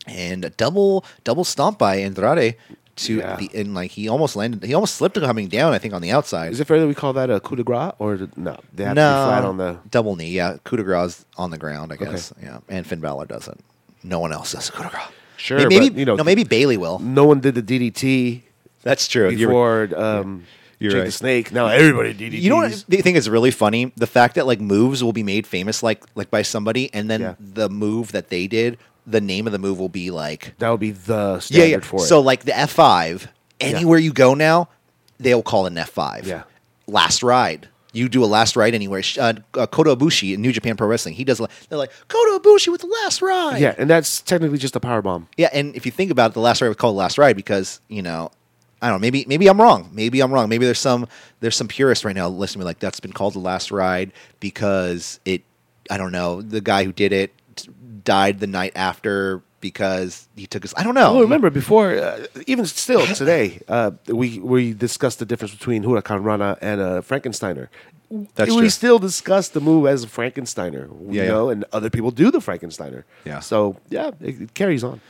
Speaker 2: and a double double stomp by Andrade to
Speaker 3: Yeah.
Speaker 2: the, and like he almost landed, he almost slipped coming down. I think on the outside.
Speaker 3: Is it fair that we call that a coup de grace or th- no? They have to be flat on the.
Speaker 2: double knee. Yeah, coup de grace on the ground, I guess. Yeah, and Finn Balor doesn't. No one else does a coup de grace.
Speaker 3: Sure,
Speaker 2: May- maybe,
Speaker 3: but, you know-
Speaker 2: no, maybe Bailey will.
Speaker 3: No one did the DDT
Speaker 2: That's true.
Speaker 3: before. Um,
Speaker 2: You're
Speaker 3: Jake
Speaker 2: right.
Speaker 3: the Snake. Now everybody DDT.
Speaker 2: you know what I think is really funny? The fact that like moves will be made famous like like by somebody, and then
Speaker 3: Yeah.
Speaker 2: the move that they did, the name of the move will be like
Speaker 3: That would be the standard for it.
Speaker 2: So like the F five, anywhere you go now, they'll call an F five.
Speaker 3: Yeah.
Speaker 2: Last ride. You do a last ride anywhere. Sh- Uh, uh, Kota Ibushi in New Japan Pro Wrestling, he does. a- They're like Kota Ibushi with the last ride.
Speaker 3: yeah, and that's technically just a power bomb.
Speaker 2: yeah. And if you think about it, the last ride was called the last ride because you know, I don't know. Maybe maybe I'm wrong. Maybe I'm wrong. Maybe there's some there's some purists right now listening to me like that's been called the last ride because it. I don't know. The guy who did it died the night after because he took his. I don't know.
Speaker 3: Well, Oh, remember before, uh, even *laughs* still today, uh, we we discussed the difference between Huracan Rana and a Frankensteiner.
Speaker 2: That's
Speaker 3: we
Speaker 2: true.
Speaker 3: still discuss the move as a Frankensteiner, you
Speaker 2: Yeah, yeah.
Speaker 3: know, and other people do the Frankensteiner.
Speaker 2: Yeah.
Speaker 3: So yeah, it, it carries on.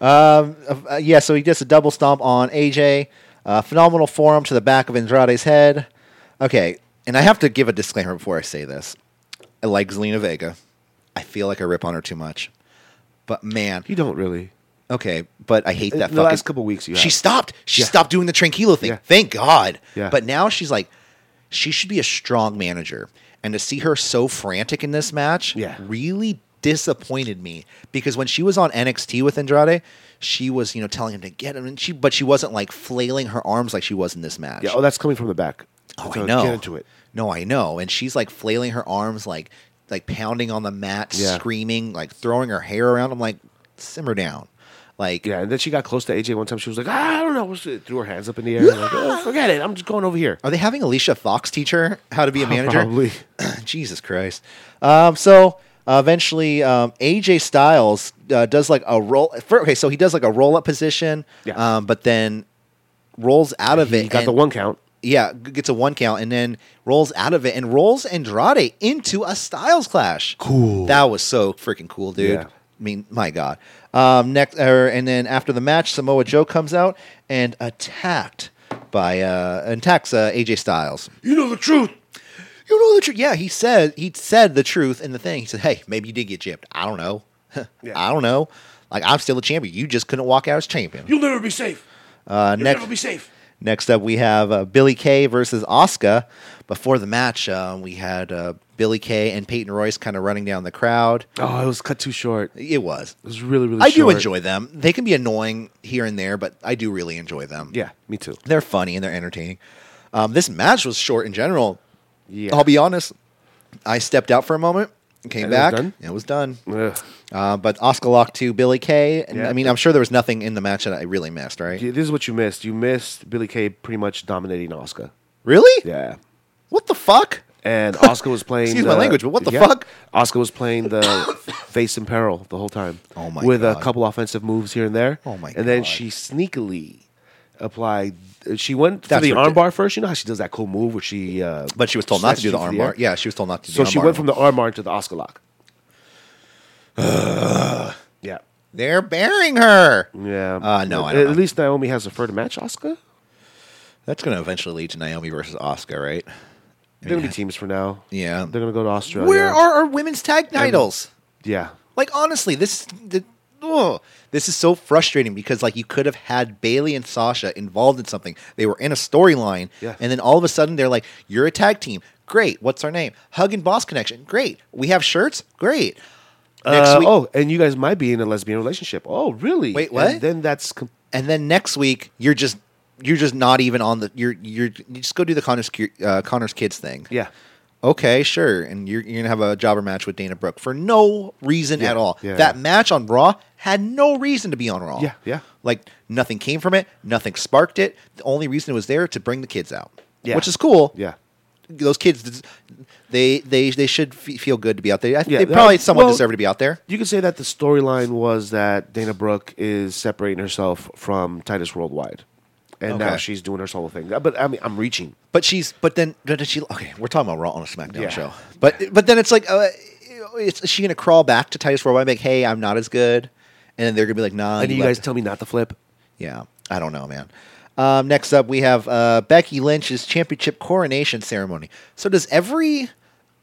Speaker 2: Um, uh, yeah, so he gets a double stomp on AJ. Uh, phenomenal forearm to the back of Andrade's head. Okay, and I have to give a disclaimer before I say this. I like Zelina Vega. I feel like I rip on her too much. But man,
Speaker 3: You don't really.
Speaker 2: okay, but I hate
Speaker 3: In
Speaker 2: that
Speaker 3: Uh, the
Speaker 2: fucking.
Speaker 3: last couple weeks you
Speaker 2: She
Speaker 3: have.
Speaker 2: stopped. She
Speaker 3: Yeah.
Speaker 2: stopped doing the Tranquilo thing.
Speaker 3: Yeah.
Speaker 2: Thank God.
Speaker 3: Yeah.
Speaker 2: But now she's like, she should be a strong manager. And to see her so frantic in this match
Speaker 3: Yeah.
Speaker 2: really disappointed me because when she was on NXT with Andrade, she was, you know, telling him to get him and she but she wasn't like flailing her arms like she was in this match.
Speaker 3: Yeah. Oh, that's coming from the back.
Speaker 2: Oh,
Speaker 3: So
Speaker 2: I know.
Speaker 3: Get into it.
Speaker 2: No, I know. And she's like flailing her arms, like like pounding on the mat,
Speaker 3: Yeah.
Speaker 2: screaming, like throwing her hair around. I'm like, simmer down. Like,
Speaker 3: Yeah, and then she got close to AJ one time. She was like, ah, I don't know. She threw her hands up in the air. and like, oh, forget it. I'm just going over here.
Speaker 2: are they having Alicia Fox teach her how to
Speaker 3: *laughs*
Speaker 2: be a manager?
Speaker 3: Probably.
Speaker 2: *clears throat* Jesus Christ. Um, so uh, eventually, um, AJ Styles uh, does like a roll. For, okay, so he does like a roll up position,
Speaker 3: Yeah.
Speaker 2: um, but then rolls out of
Speaker 3: He
Speaker 2: it.
Speaker 3: got
Speaker 2: and-
Speaker 3: the one count.
Speaker 2: yeah, g- gets a one count and then rolls out of it and rolls Andrade into a Styles clash.
Speaker 3: Cool.
Speaker 2: That was so freaking cool, dude.
Speaker 3: Yeah.
Speaker 2: I mean, my God. Um, next, er, and then after the match, Samoa Joe comes out and attacked by uh, and attacks uh, AJ Styles.
Speaker 3: You know the truth.
Speaker 2: You know the truth. Yeah, he said he said the truth in the thing. He said, "Hey, maybe you did get gypped. I don't know. *laughs* I don't know. Like I'm still a champion. You just couldn't walk out as champion."
Speaker 3: You'll never be safe.
Speaker 2: Uh, next,
Speaker 3: safe.
Speaker 2: Next up, we have uh, Billy Kay versus Oscar. Before the match, uh, we had uh, Billy Kay and Peyton Royce kind of running down the crowd.
Speaker 3: Oh, it was cut too short. It
Speaker 2: It was.
Speaker 3: was really, really
Speaker 2: I do
Speaker 3: short.
Speaker 2: enjoy them. They can be annoying here and there, but I do really enjoy them.
Speaker 3: Yeah, me too.
Speaker 2: They're funny and they're entertaining. Um, this match was short in general.
Speaker 3: Yeah.
Speaker 2: I'll be honest. I stepped out for a moment, came
Speaker 3: And it was
Speaker 2: back,
Speaker 3: done?
Speaker 2: and it was done.
Speaker 3: Ugh.
Speaker 2: Uh, but Oscar locked to Billy Kay. And,
Speaker 3: Yeah.
Speaker 2: I mean, I'm sure there was nothing in the match that I really missed, right?
Speaker 3: Yeah, This is what you missed. You missed Billy Kay pretty much dominating Oscar.
Speaker 2: Really?
Speaker 3: Yeah.
Speaker 2: What the fuck? *laughs*
Speaker 3: And Oscar was playing.
Speaker 2: Excuse my
Speaker 3: the-
Speaker 2: language, but what the
Speaker 3: yeah.
Speaker 2: fuck?
Speaker 3: Oscar was playing
Speaker 2: *coughs*
Speaker 3: the face in peril the whole time.
Speaker 2: Oh my
Speaker 3: With a
Speaker 2: God.
Speaker 3: couple offensive moves here and there.
Speaker 2: Oh my
Speaker 3: And then
Speaker 2: God.
Speaker 3: she sneakily applied. uh, She went for
Speaker 2: That's
Speaker 3: the
Speaker 2: ridic-
Speaker 3: armbar first. You know how she does that cool move where she. Uh,
Speaker 2: But she was told not to do the
Speaker 3: snatches you to
Speaker 2: armbar. yeah, she was told not to do
Speaker 3: So
Speaker 2: the
Speaker 3: she
Speaker 2: armbar.
Speaker 3: went from the armbar to the Oscar
Speaker 2: *sighs*
Speaker 3: lock. yeah.
Speaker 2: They're burying her.
Speaker 3: Yeah.
Speaker 2: Uh, no, I
Speaker 3: At,
Speaker 2: don't know.
Speaker 3: at least Naomi has a further match, Oscar.
Speaker 2: That's going to eventually lead to Naomi versus Oscar, right?
Speaker 3: They're going to be teams for now.
Speaker 2: Yeah.
Speaker 3: They're going to go to Australia.
Speaker 2: Where are our women's tag titles?
Speaker 3: Yeah.
Speaker 2: Like honestly, this the, oh, this is so frustrating because like you could have had Bailey and Sasha involved in something. They were in a storyline,
Speaker 3: Yeah.
Speaker 2: and then all of a sudden they're like, "You're a tag team, great. What's our name? Hug and Boss Connection, great. We have shirts, great." Next
Speaker 3: Uh,
Speaker 2: week,
Speaker 3: Oh, and you guys might be in a lesbian relationship. Oh, really?
Speaker 2: Wait, what?
Speaker 3: And then that's com-
Speaker 2: and then next week you're just you're just not even on the you're you're you just go do the Connors Cu- uh, Connors kids thing.
Speaker 3: yeah.
Speaker 2: Okay, sure. And you're, you're going to have a jobber match with Dana Brooke for no reason at all.
Speaker 3: yeah,
Speaker 2: that
Speaker 3: yeah.
Speaker 2: match on Raw had no reason to be on Raw.
Speaker 3: Yeah, yeah.
Speaker 2: Like nothing came from it, nothing sparked it. The only reason it was there to bring the kids out.
Speaker 3: Yeah.
Speaker 2: Which is cool.
Speaker 3: Yeah.
Speaker 2: Those kids they they they should f- feel good to be out there. I think
Speaker 3: Yeah,
Speaker 2: they probably
Speaker 3: uh,
Speaker 2: somewhat
Speaker 3: well-
Speaker 2: deserve to be out there.
Speaker 3: You could say that the storyline was that Dana Brooke is separating herself from Titus Worldwide, and now
Speaker 2: Okay.
Speaker 3: she's doing her solo thing. But I mean, I'm reaching.
Speaker 2: But she's but then but then she okay. We're talking about Raw on a SmackDown
Speaker 3: Yeah.
Speaker 2: show. But but then it's like, uh, it's, is she gonna crawl back to Titus Worldwide and be like, hey, I'm not as good, and then they're gonna be like, nah.
Speaker 3: And you
Speaker 2: left-
Speaker 3: guys tell me not to flip.
Speaker 2: yeah, I don't know, man. Um, next up, we have uh, Becky Lynch's championship coronation ceremony. So does every?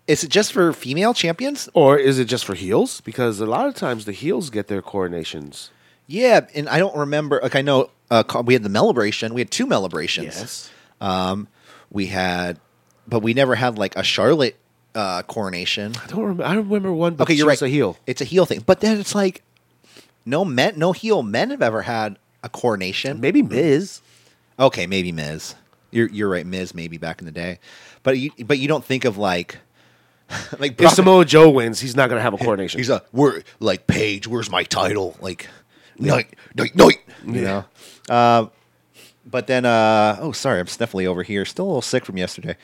Speaker 2: Is it just for female champions?
Speaker 3: Or is it just for heels? Because a lot of times the heels get their coronations.
Speaker 2: Yeah, and I don't remember. Like I know uh, co- we had the celebration. We had two celebrations.
Speaker 3: Yes.
Speaker 2: Um, we had, but we never had like a Charlotte uh, coronation.
Speaker 3: I don't remember. I remember one. But
Speaker 2: Okay, you're
Speaker 3: she
Speaker 2: right.
Speaker 3: was A heel.
Speaker 2: It's a heel thing, but then it's like no men, no heel men have ever had a coronation.
Speaker 3: Maybe Miz.
Speaker 2: Okay, maybe Miz. You're you're right, Miz. Maybe back in the day, but you but you don't think of like *laughs* like
Speaker 3: If
Speaker 2: Brock-
Speaker 3: Samoa Joe wins, he's not going to have a coronation.
Speaker 2: He's like, we're like Paige. Where's my title? Like night, night, night. You know. Uh, but then, uh, oh, sorry, I'm sniffly over here. Still a little sick from yesterday.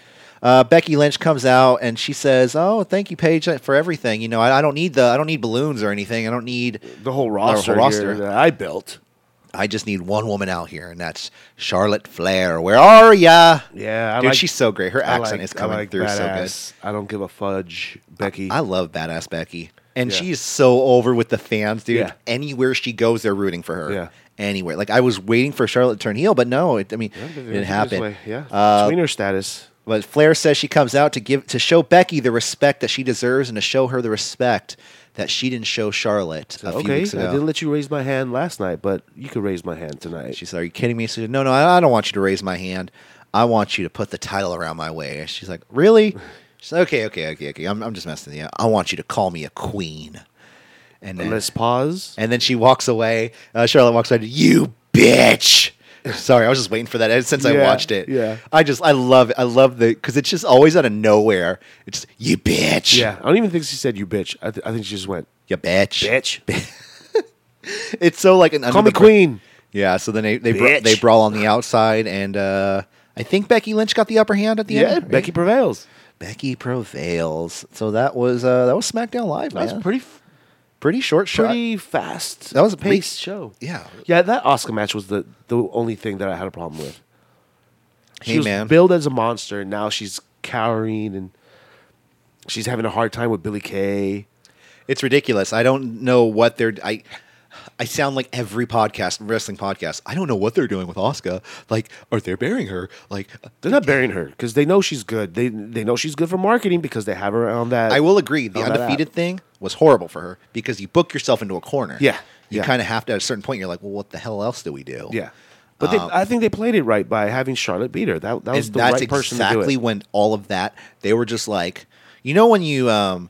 Speaker 2: Uh, Becky Lynch comes out and she says, "Oh, thank you, Paige, for everything. You know, I, I don't need the, I don't need balloons or anything. I don't need
Speaker 3: the whole roster, here
Speaker 2: roster.
Speaker 3: that I built.
Speaker 2: I just need one woman out here, and that's Charlotte Flair. Where are ya?
Speaker 3: Yeah, I
Speaker 2: dude,
Speaker 3: like-
Speaker 2: she's so great. Her
Speaker 3: I
Speaker 2: accent
Speaker 3: like-
Speaker 2: is
Speaker 3: I
Speaker 2: coming
Speaker 3: like
Speaker 2: through so
Speaker 3: badass. I don't give a fudge, Becky.
Speaker 2: good. I love badass Becky, and
Speaker 3: Yeah.
Speaker 2: she's so over with the fans, dude.
Speaker 3: Yeah.
Speaker 2: Anywhere she goes, they're rooting for her.
Speaker 3: Yeah.
Speaker 2: Anywhere, like I was waiting for Charlotte to turn heel, but no, it, I mean, it
Speaker 3: This
Speaker 2: didn't happen.
Speaker 3: way, Yeah,
Speaker 2: Uh,
Speaker 3: tweener status.
Speaker 2: But Flair says she comes out to give to show Becky the respect that she deserves and to show her the respect that she didn't show Charlotte a few
Speaker 3: Okay, I
Speaker 2: weeks ago.
Speaker 3: didn't let you raise my hand last night, but you could raise my hand tonight.
Speaker 2: She said, "Are you kidding me?" She said, "No, no, I I don't want you to raise my hand. I want you to put the title around my way." And she's like,
Speaker 3: *laughs*
Speaker 2: "Really?" She's like, "Okay, okay, okay, okay. I'm, I'm just messing with you. I want you to call me a queen." And then,
Speaker 3: Let's pause.
Speaker 2: and then she walks away. Uh, Charlotte walks away. You bitch. *laughs* Sorry, I was just waiting for that since I
Speaker 3: Yeah,
Speaker 2: watched it.
Speaker 3: yeah.
Speaker 2: I just I love it. I love the because it's just always out of nowhere. It's you bitch.
Speaker 3: yeah, I don't even think she said you bitch. I, th- I think she just went
Speaker 2: You bitch.
Speaker 3: bitch.
Speaker 2: It's so like an under *laughs*
Speaker 3: Call me
Speaker 2: the bra-
Speaker 3: queen.
Speaker 2: Yeah, so then they they, bra-
Speaker 3: Bitch.
Speaker 2: they brawl on the outside, and uh, I think Becky Lynch got the upper hand at the
Speaker 3: Yeah,
Speaker 2: end. right?
Speaker 3: Becky prevails.
Speaker 2: Becky prevails. So that was uh, that was SmackDown Live.
Speaker 3: That was
Speaker 2: man.
Speaker 3: pretty, f-
Speaker 2: pretty short shot.
Speaker 3: pretty fast.
Speaker 2: That was a pace-
Speaker 3: paced show.
Speaker 2: yeah.
Speaker 3: yeah. That Oscar match was the the only thing that I had a problem with.
Speaker 2: Hey,
Speaker 3: she was
Speaker 2: man.
Speaker 3: billed as a monster, and now she's cowering and she's having a hard time with Billy Kay.
Speaker 2: It's ridiculous. I don't know what they're. I I sound like every podcast, wrestling podcast. I don't know what they're doing with Oscar. Like, are they burying her? Like,
Speaker 3: They're not burying her because they know she's good. They they know she's good for marketing because they have her on that.
Speaker 2: I will agree. The
Speaker 3: on that
Speaker 2: undefeated
Speaker 3: app.
Speaker 2: thing was horrible for her because you book yourself into a corner.
Speaker 3: Yeah,
Speaker 2: You
Speaker 3: yeah.
Speaker 2: kind of have to at a certain point. You're like, well, what the hell else do we do?
Speaker 3: Yeah, but they, I think they played it right by having Charlotte beat her. That that
Speaker 2: um, and
Speaker 3: was the
Speaker 2: that's
Speaker 3: right person
Speaker 2: exactly
Speaker 3: to do it.
Speaker 2: when all of that they were just like you know when you um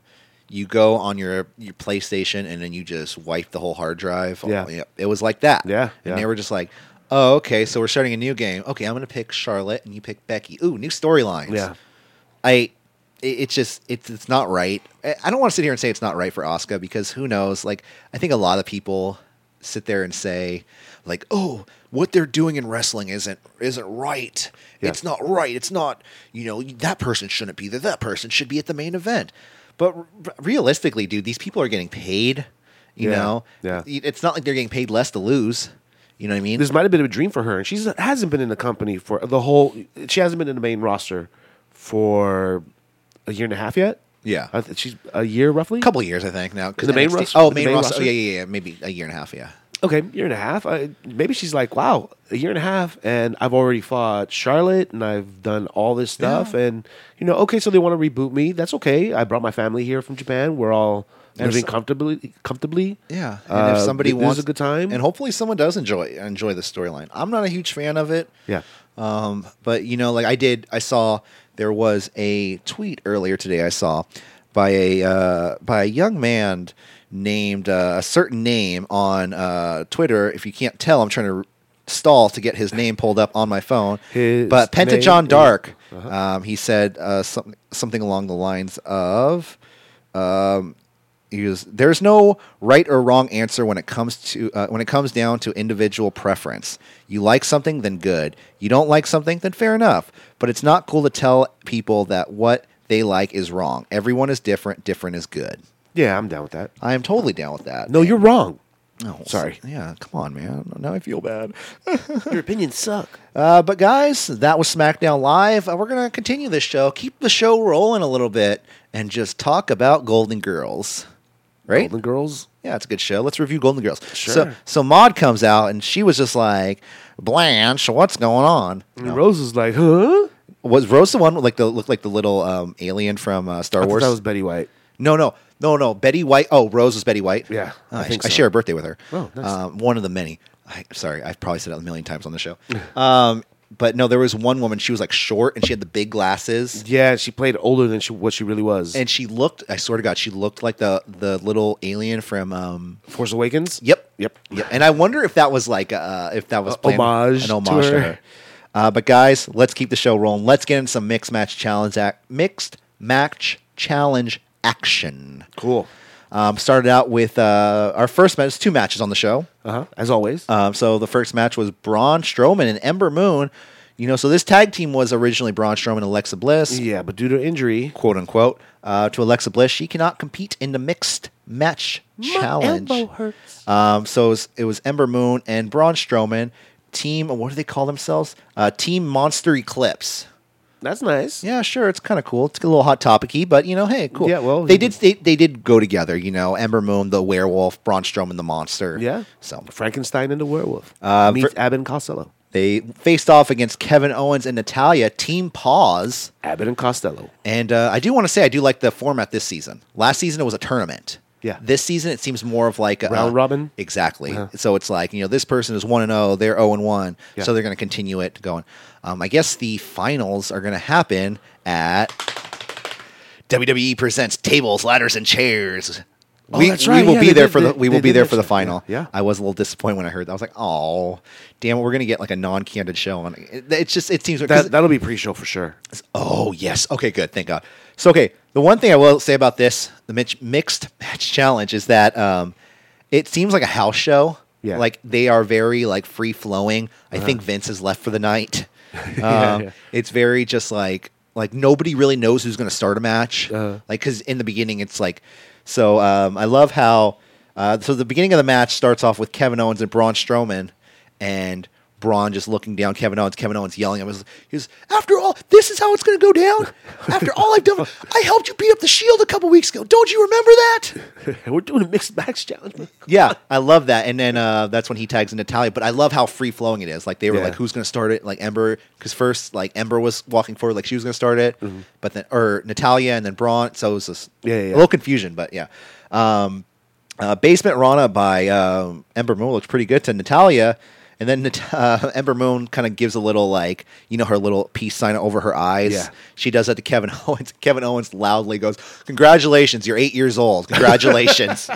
Speaker 2: you go on your your PlayStation and then you just wipe the whole hard drive
Speaker 3: Yeah.
Speaker 2: Oh, it was like that
Speaker 3: Yeah,
Speaker 2: and
Speaker 3: yeah.
Speaker 2: they were just like oh okay so we're starting a new game okay I'm gonna pick Charlotte and you pick Becky ooh new storylines
Speaker 3: Yeah.
Speaker 2: I it, it's just it's it's not right I, I don't want to sit here and say it's not right for Oscar because who knows like I think a lot of people sit there and say like oh what they're doing in wrestling isn't isn't right
Speaker 3: Yeah.
Speaker 2: it's not right it's not you know that person shouldn't be there that person should be at the main event but r- realistically dude these people are getting paid you
Speaker 3: Yeah.
Speaker 2: know
Speaker 3: Yeah.
Speaker 2: it's not like they're getting paid less to lose you know what I mean
Speaker 3: This might have been a dream for her, and she hasn't been in the company for the whole. She hasn't been in the main roster for a year and a half yet.
Speaker 2: Yeah.
Speaker 3: I th- she's a year roughly.
Speaker 2: a couple years I think now 'cause
Speaker 3: The main
Speaker 2: NXT
Speaker 3: roster-
Speaker 2: oh
Speaker 3: the
Speaker 2: main,
Speaker 3: main
Speaker 2: roster, Oh,
Speaker 3: roster?
Speaker 2: yeah yeah yeah maybe a year and a half yeah
Speaker 3: okay, year and a half. I, maybe she's like, wow, a year and a half, and I've already fought Charlotte, and I've done all this stuff, and you know, okay, so they want to reboot me. That's okay. I brought my family here from Japan. We're all
Speaker 2: There's-
Speaker 3: living comfortably. Comfortably,
Speaker 2: Yeah, and
Speaker 3: Uh,
Speaker 2: if somebody
Speaker 3: th- this is
Speaker 2: wants
Speaker 3: a good time,
Speaker 2: and hopefully someone does enjoy enjoy the storyline. I'm not a huge fan of it.
Speaker 3: yeah,
Speaker 2: Um, but you know, like I did, I saw there was a tweet earlier today. I saw by a uh, by a young man named uh, a certain name on uh, Twitter. If you can't tell, I'm trying to r- stall to get his name pulled up on my phone.
Speaker 3: His Uh-huh.
Speaker 2: but Penta
Speaker 3: name
Speaker 2: John
Speaker 3: is-
Speaker 2: Dark, um, he said uh, some, something along the lines of. Um, he was, there's no right or wrong answer when it comes to uh, when it comes down to individual preference. You like something, then good. You don't like something, then fair enough. But it's not cool to tell people that what they like is wrong. Everyone is different. Different is good.
Speaker 3: yeah. I'm down with that.
Speaker 2: I am totally down with that.
Speaker 3: No, you're wrong.
Speaker 2: No, *laughs*
Speaker 3: sorry.
Speaker 2: Yeah, come on, man. Now I feel bad.
Speaker 3: Your opinions suck.
Speaker 2: Uh, but guys, that was SmackDown Live. Uh, We're gonna continue this show, keep the show rolling a little bit, and just talk about Golden Girls. Right?
Speaker 3: Golden Girls.
Speaker 2: Yeah, it's a good show. Let's review Golden Girls. So,
Speaker 3: Sure.
Speaker 2: so Maud comes out and she was just like, Blanche, what's going on?
Speaker 3: And Rose is like, huh?
Speaker 2: Was Rose the one with, like the looked like the little um, alien from uh, Star
Speaker 3: I thought
Speaker 2: Wars?
Speaker 3: that was Betty White.
Speaker 2: no, no, no, no. Betty White. Oh, Rose was Betty White.
Speaker 3: Yeah,
Speaker 2: Oh,
Speaker 3: I
Speaker 2: I,
Speaker 3: think
Speaker 2: I
Speaker 3: so.
Speaker 2: share a birthday with her.
Speaker 3: Oh, nice.
Speaker 2: um, one of the many. I, sorry, I've probably said it a million times on the
Speaker 3: *laughs*
Speaker 2: show. um, but no, there was one woman. She was like short and she had the big glasses.
Speaker 3: Yeah, she played older than she, what she really was.
Speaker 2: And she looked, I swear to God, she looked like the the little alien from um,
Speaker 3: Force Awakens.
Speaker 2: Yep,
Speaker 3: Yep.
Speaker 2: yep. And I wonder if that was like uh, if that was planned-
Speaker 3: homage
Speaker 2: an
Speaker 3: to
Speaker 2: homage to her.
Speaker 3: her.
Speaker 2: Uh, but guys, let's keep the show rolling. Let's get in some mixed match challenge act, mixed match challenge action.
Speaker 3: Cool.
Speaker 2: Um, started out with uh, our first match, two matches on the show.
Speaker 3: Uh huh. As always.
Speaker 2: Um, so the first match was Braun Strowman and Ember Moon. You know, so this tag team was originally Braun Strowman and Alexa Bliss
Speaker 3: yeah, but due to injury,
Speaker 2: quote unquote, uh, to Alexa Bliss. She cannot compete in the mixed match challenge.
Speaker 3: elbow hurts.
Speaker 2: Um, so it was, it was Ember Moon and Braun Strowman. Team, what do they call themselves? Uh, Team Monster Eclipse.
Speaker 3: that's nice.
Speaker 2: Yeah, sure, it's kind of cool. It's a little hot topicy, but you know, hey, cool.
Speaker 3: Yeah, well,
Speaker 2: they
Speaker 3: you-
Speaker 2: did they, they did go together. You know, Ember Moon, the werewolf, Braun Strowman, the monster.
Speaker 3: Yeah.
Speaker 2: So
Speaker 3: Frankenstein and the werewolf.
Speaker 2: Uh,
Speaker 3: Meets
Speaker 2: for-
Speaker 3: Abbott and Costello.
Speaker 2: they faced off against Kevin Owens and Natalia. Team Pause.
Speaker 3: Abbott and Costello.
Speaker 2: And uh, I do want to say I do like the format this season. Last season it was a tournament.
Speaker 3: Yeah.
Speaker 2: This season it seems more of like a
Speaker 3: Round robin? Uh-huh.
Speaker 2: Exactly. So it's like you know this person is one and zero, they're zero and one,
Speaker 3: Yeah.
Speaker 2: so they're going to continue it going. Um, I guess the finals are going to happen at WWE presents tables, ladders, and chairs.
Speaker 3: Oh,
Speaker 2: we,
Speaker 3: that's
Speaker 2: we
Speaker 3: right.
Speaker 2: will
Speaker 3: Yeah,
Speaker 2: be
Speaker 3: they
Speaker 2: there
Speaker 3: did-
Speaker 2: for the
Speaker 3: they-
Speaker 2: we
Speaker 3: they
Speaker 2: will be
Speaker 3: did
Speaker 2: there for the
Speaker 3: mention it.
Speaker 2: final.
Speaker 3: Yeah.
Speaker 2: I was a little disappointed when I heard that. I was like, oh, damn it, we're gonna get like a non-candid show on. It, it's just it seems 'cause-
Speaker 3: That, that'll be pre show
Speaker 2: *laughs*
Speaker 3: for sure.
Speaker 2: Oh yes. Okay. Good. Thank God. So okay, the one thing I will say about this, the mix, mixed *laughs* match challenge, is that um, it seems like a house show.
Speaker 3: Yeah.
Speaker 2: Like they are very like free flowing. I think Vince is left for the night. Um,
Speaker 3: *laughs* Yeah, yeah.
Speaker 2: It's very just like like nobody really knows who's going to start a match.
Speaker 3: Uh-huh.
Speaker 2: Like because in the beginning it's like so. Um, I love how uh, so the beginning of the match starts off with Kevin Owens and Braun Strowman, and Braun just looking down Kevin Owens. Kevin Owens yelling at him. He was- He was, after all, this is how it's going to go down. After all I've
Speaker 3: *laughs*
Speaker 2: done, I helped you beat up the Shield a couple weeks ago. Don't you remember that?
Speaker 3: We're doing a mixed match challenge. man.
Speaker 2: Yeah, I love that. And then uh, that's when he tags in Natalia. But I love how free flowing it is. Like they were
Speaker 3: Yeah.
Speaker 2: like, who's going to start it? Like Ember, because first like Ember was walking forward, like she was going to start it, but then or Natalia and then Braun. So it was just
Speaker 3: Mm-hmm. Yeah, yeah, yeah.
Speaker 2: a little confusion, but yeah. Um, uh, Basement Rana by um, Ember Moon looks pretty good to Natalia. And then Nat- *laughs* uh, Ember Moon kind of gives a little like you know her little peace sign over her eyes.
Speaker 3: Yeah.
Speaker 2: She does that to Kevin *laughs* Owens. Kevin Owens loudly goes, "Congratulations, you're eight years old. Congratulations."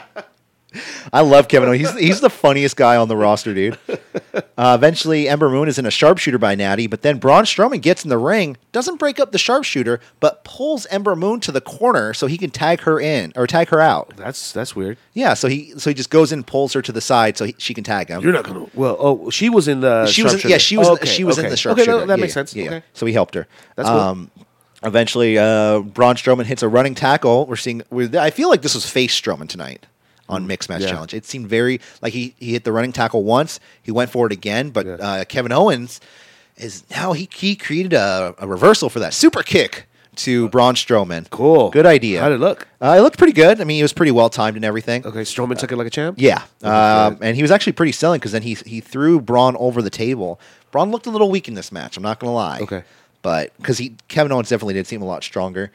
Speaker 2: I love Kevin Owens. He's, he's the funniest guy on the roster, dude. Uh, eventually, Ember Moon is in a sharpshooter by Natty, but then Braun Strowman gets in the ring, doesn't break up the sharpshooter, but pulls Ember Moon to the corner so he can tag her in or tag her out.
Speaker 3: *laughs* That's that's weird.
Speaker 2: Yeah, so he so he just goes in, and pulls her to the side so he, she can tag him.
Speaker 3: not gonna. Well, oh, she was in the.
Speaker 2: she was in,
Speaker 3: sharpshooter.
Speaker 2: yeah she was
Speaker 3: Oh,
Speaker 2: in the- she was in the sharpshooter.
Speaker 3: Okay, no, that
Speaker 2: Yeah,
Speaker 3: makes
Speaker 2: yeah,
Speaker 3: sense.
Speaker 2: Yeah, yeah.
Speaker 3: Okay.
Speaker 2: so he helped her.
Speaker 3: That's cool.
Speaker 2: Um, eventually, uh, Braun Strowman hits a running tackle. We're seeing. We're, I feel like this was face Strowman tonight on mixed match
Speaker 3: Mm, yeah.
Speaker 2: challenge. It seemed very like he he hit the running tackle once. He went for it again, but
Speaker 3: Yeah.
Speaker 2: uh, Kevin Owens is now he he created a, a reversal for that super kick to Braun Strowman.
Speaker 3: Cool.
Speaker 2: good idea.
Speaker 3: How'd it look?
Speaker 2: Uh, it looked pretty good. I mean, it was pretty well timed and everything.
Speaker 3: Okay, Strowman took it like a champ.
Speaker 2: Yeah,
Speaker 3: Okay,
Speaker 2: um,
Speaker 3: Oh, good.
Speaker 2: and he was actually pretty selling because then he he threw Braun over the table. Braun looked a little weak in this match. I'm not gonna lie.
Speaker 3: Okay.
Speaker 2: but because he Kevin Owens definitely did seem a lot stronger.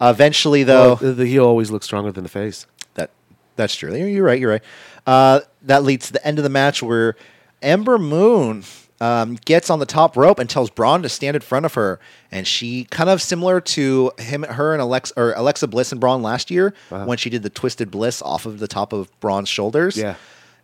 Speaker 2: eventually, though,
Speaker 3: Well, Uh, the, the heel always looks stronger than the face.
Speaker 2: that that's true. You're, you're right. You're right. Uh, that leads to the end of the match where Ember Moon um, gets on the top rope and tells Braun to stand in front of her, and she kind of similar to him, her and Alexa or Alexa Bliss and Braun last year
Speaker 3: Uh-huh.
Speaker 2: when she did the Twisted Bliss off of the top of Braun's shoulders.
Speaker 3: Yeah.